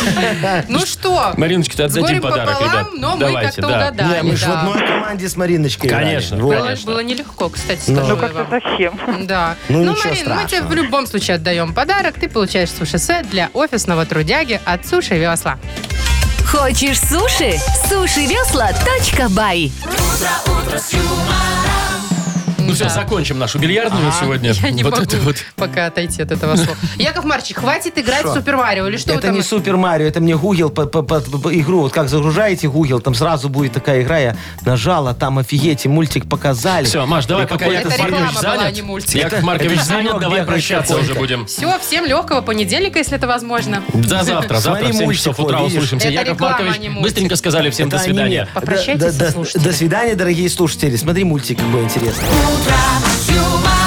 Speaker 3: Ну что?
Speaker 2: Мариночка, ты
Speaker 3: С
Speaker 2: отдадим
Speaker 3: горем
Speaker 2: подарок,
Speaker 3: пополам,
Speaker 2: ребят.
Speaker 3: но мы
Speaker 2: Давайте,
Speaker 3: как-то
Speaker 2: да.
Speaker 3: угадали.
Speaker 4: Не, мы же в
Speaker 3: да.
Speaker 4: одной команде с Мариночкой играли.
Speaker 2: Конечно.
Speaker 4: Вот.
Speaker 3: Было,
Speaker 2: Конечно.
Speaker 3: было нелегко, кстати, скажу
Speaker 9: Ну,
Speaker 3: я
Speaker 9: как-то
Speaker 3: вам.
Speaker 9: совсем.
Speaker 3: Да.
Speaker 4: Ну, ничего
Speaker 3: Марин, мы тебе
Speaker 4: страшного.
Speaker 3: в любом случае отдаем подарок. Ты получаешь суши-сет для офисного трудяги от Суши Весла.
Speaker 10: Хочешь суши? Сушивесла.бай
Speaker 2: Ну все, закончим нашу бильярдную сегодня.
Speaker 3: А, Я не
Speaker 2: вот
Speaker 3: могу
Speaker 2: это вот.
Speaker 3: пока отойти от этого слова. Яков Марчик, хватит играть в
Speaker 4: Шо?
Speaker 3: Супер Марио. Или что вы
Speaker 4: это
Speaker 3: там?
Speaker 4: не Супер Марио, это мне Google по, по- по- по игру. Вот как загружаете Google, там сразу будет такая игра. Я нажала, там офигеть, и мультик показали.
Speaker 2: Все, Маш, давай, пока
Speaker 3: какой-то
Speaker 2: Яков
Speaker 3: Это реклама
Speaker 2: Маркович
Speaker 3: была, а
Speaker 2: занят.
Speaker 3: не мультик.
Speaker 2: Яков Маркович
Speaker 4: это
Speaker 2: занят,
Speaker 4: Санек
Speaker 2: давай
Speaker 4: бегает
Speaker 2: прощаться
Speaker 4: какой-то.
Speaker 2: уже будем.
Speaker 3: Все, всем легкого понедельника, если это возможно.
Speaker 2: До завтра. Завтра
Speaker 4: Смотри
Speaker 2: в 7 часов
Speaker 4: мультик,
Speaker 2: утра
Speaker 4: вот, видишь?
Speaker 2: услышимся.
Speaker 3: Это
Speaker 2: Яков
Speaker 3: реклама,
Speaker 2: Маркович
Speaker 3: а не мультик.
Speaker 2: быстренько сказали всем до
Speaker 4: Это они
Speaker 2: свидания.
Speaker 4: мне.
Speaker 3: Попрощайтесь
Speaker 4: Да-
Speaker 3: со
Speaker 4: да-
Speaker 3: слушателями.
Speaker 4: До свидания, дорогие слушатели. Смотри мультик какой интересный.
Speaker 10: Юмор.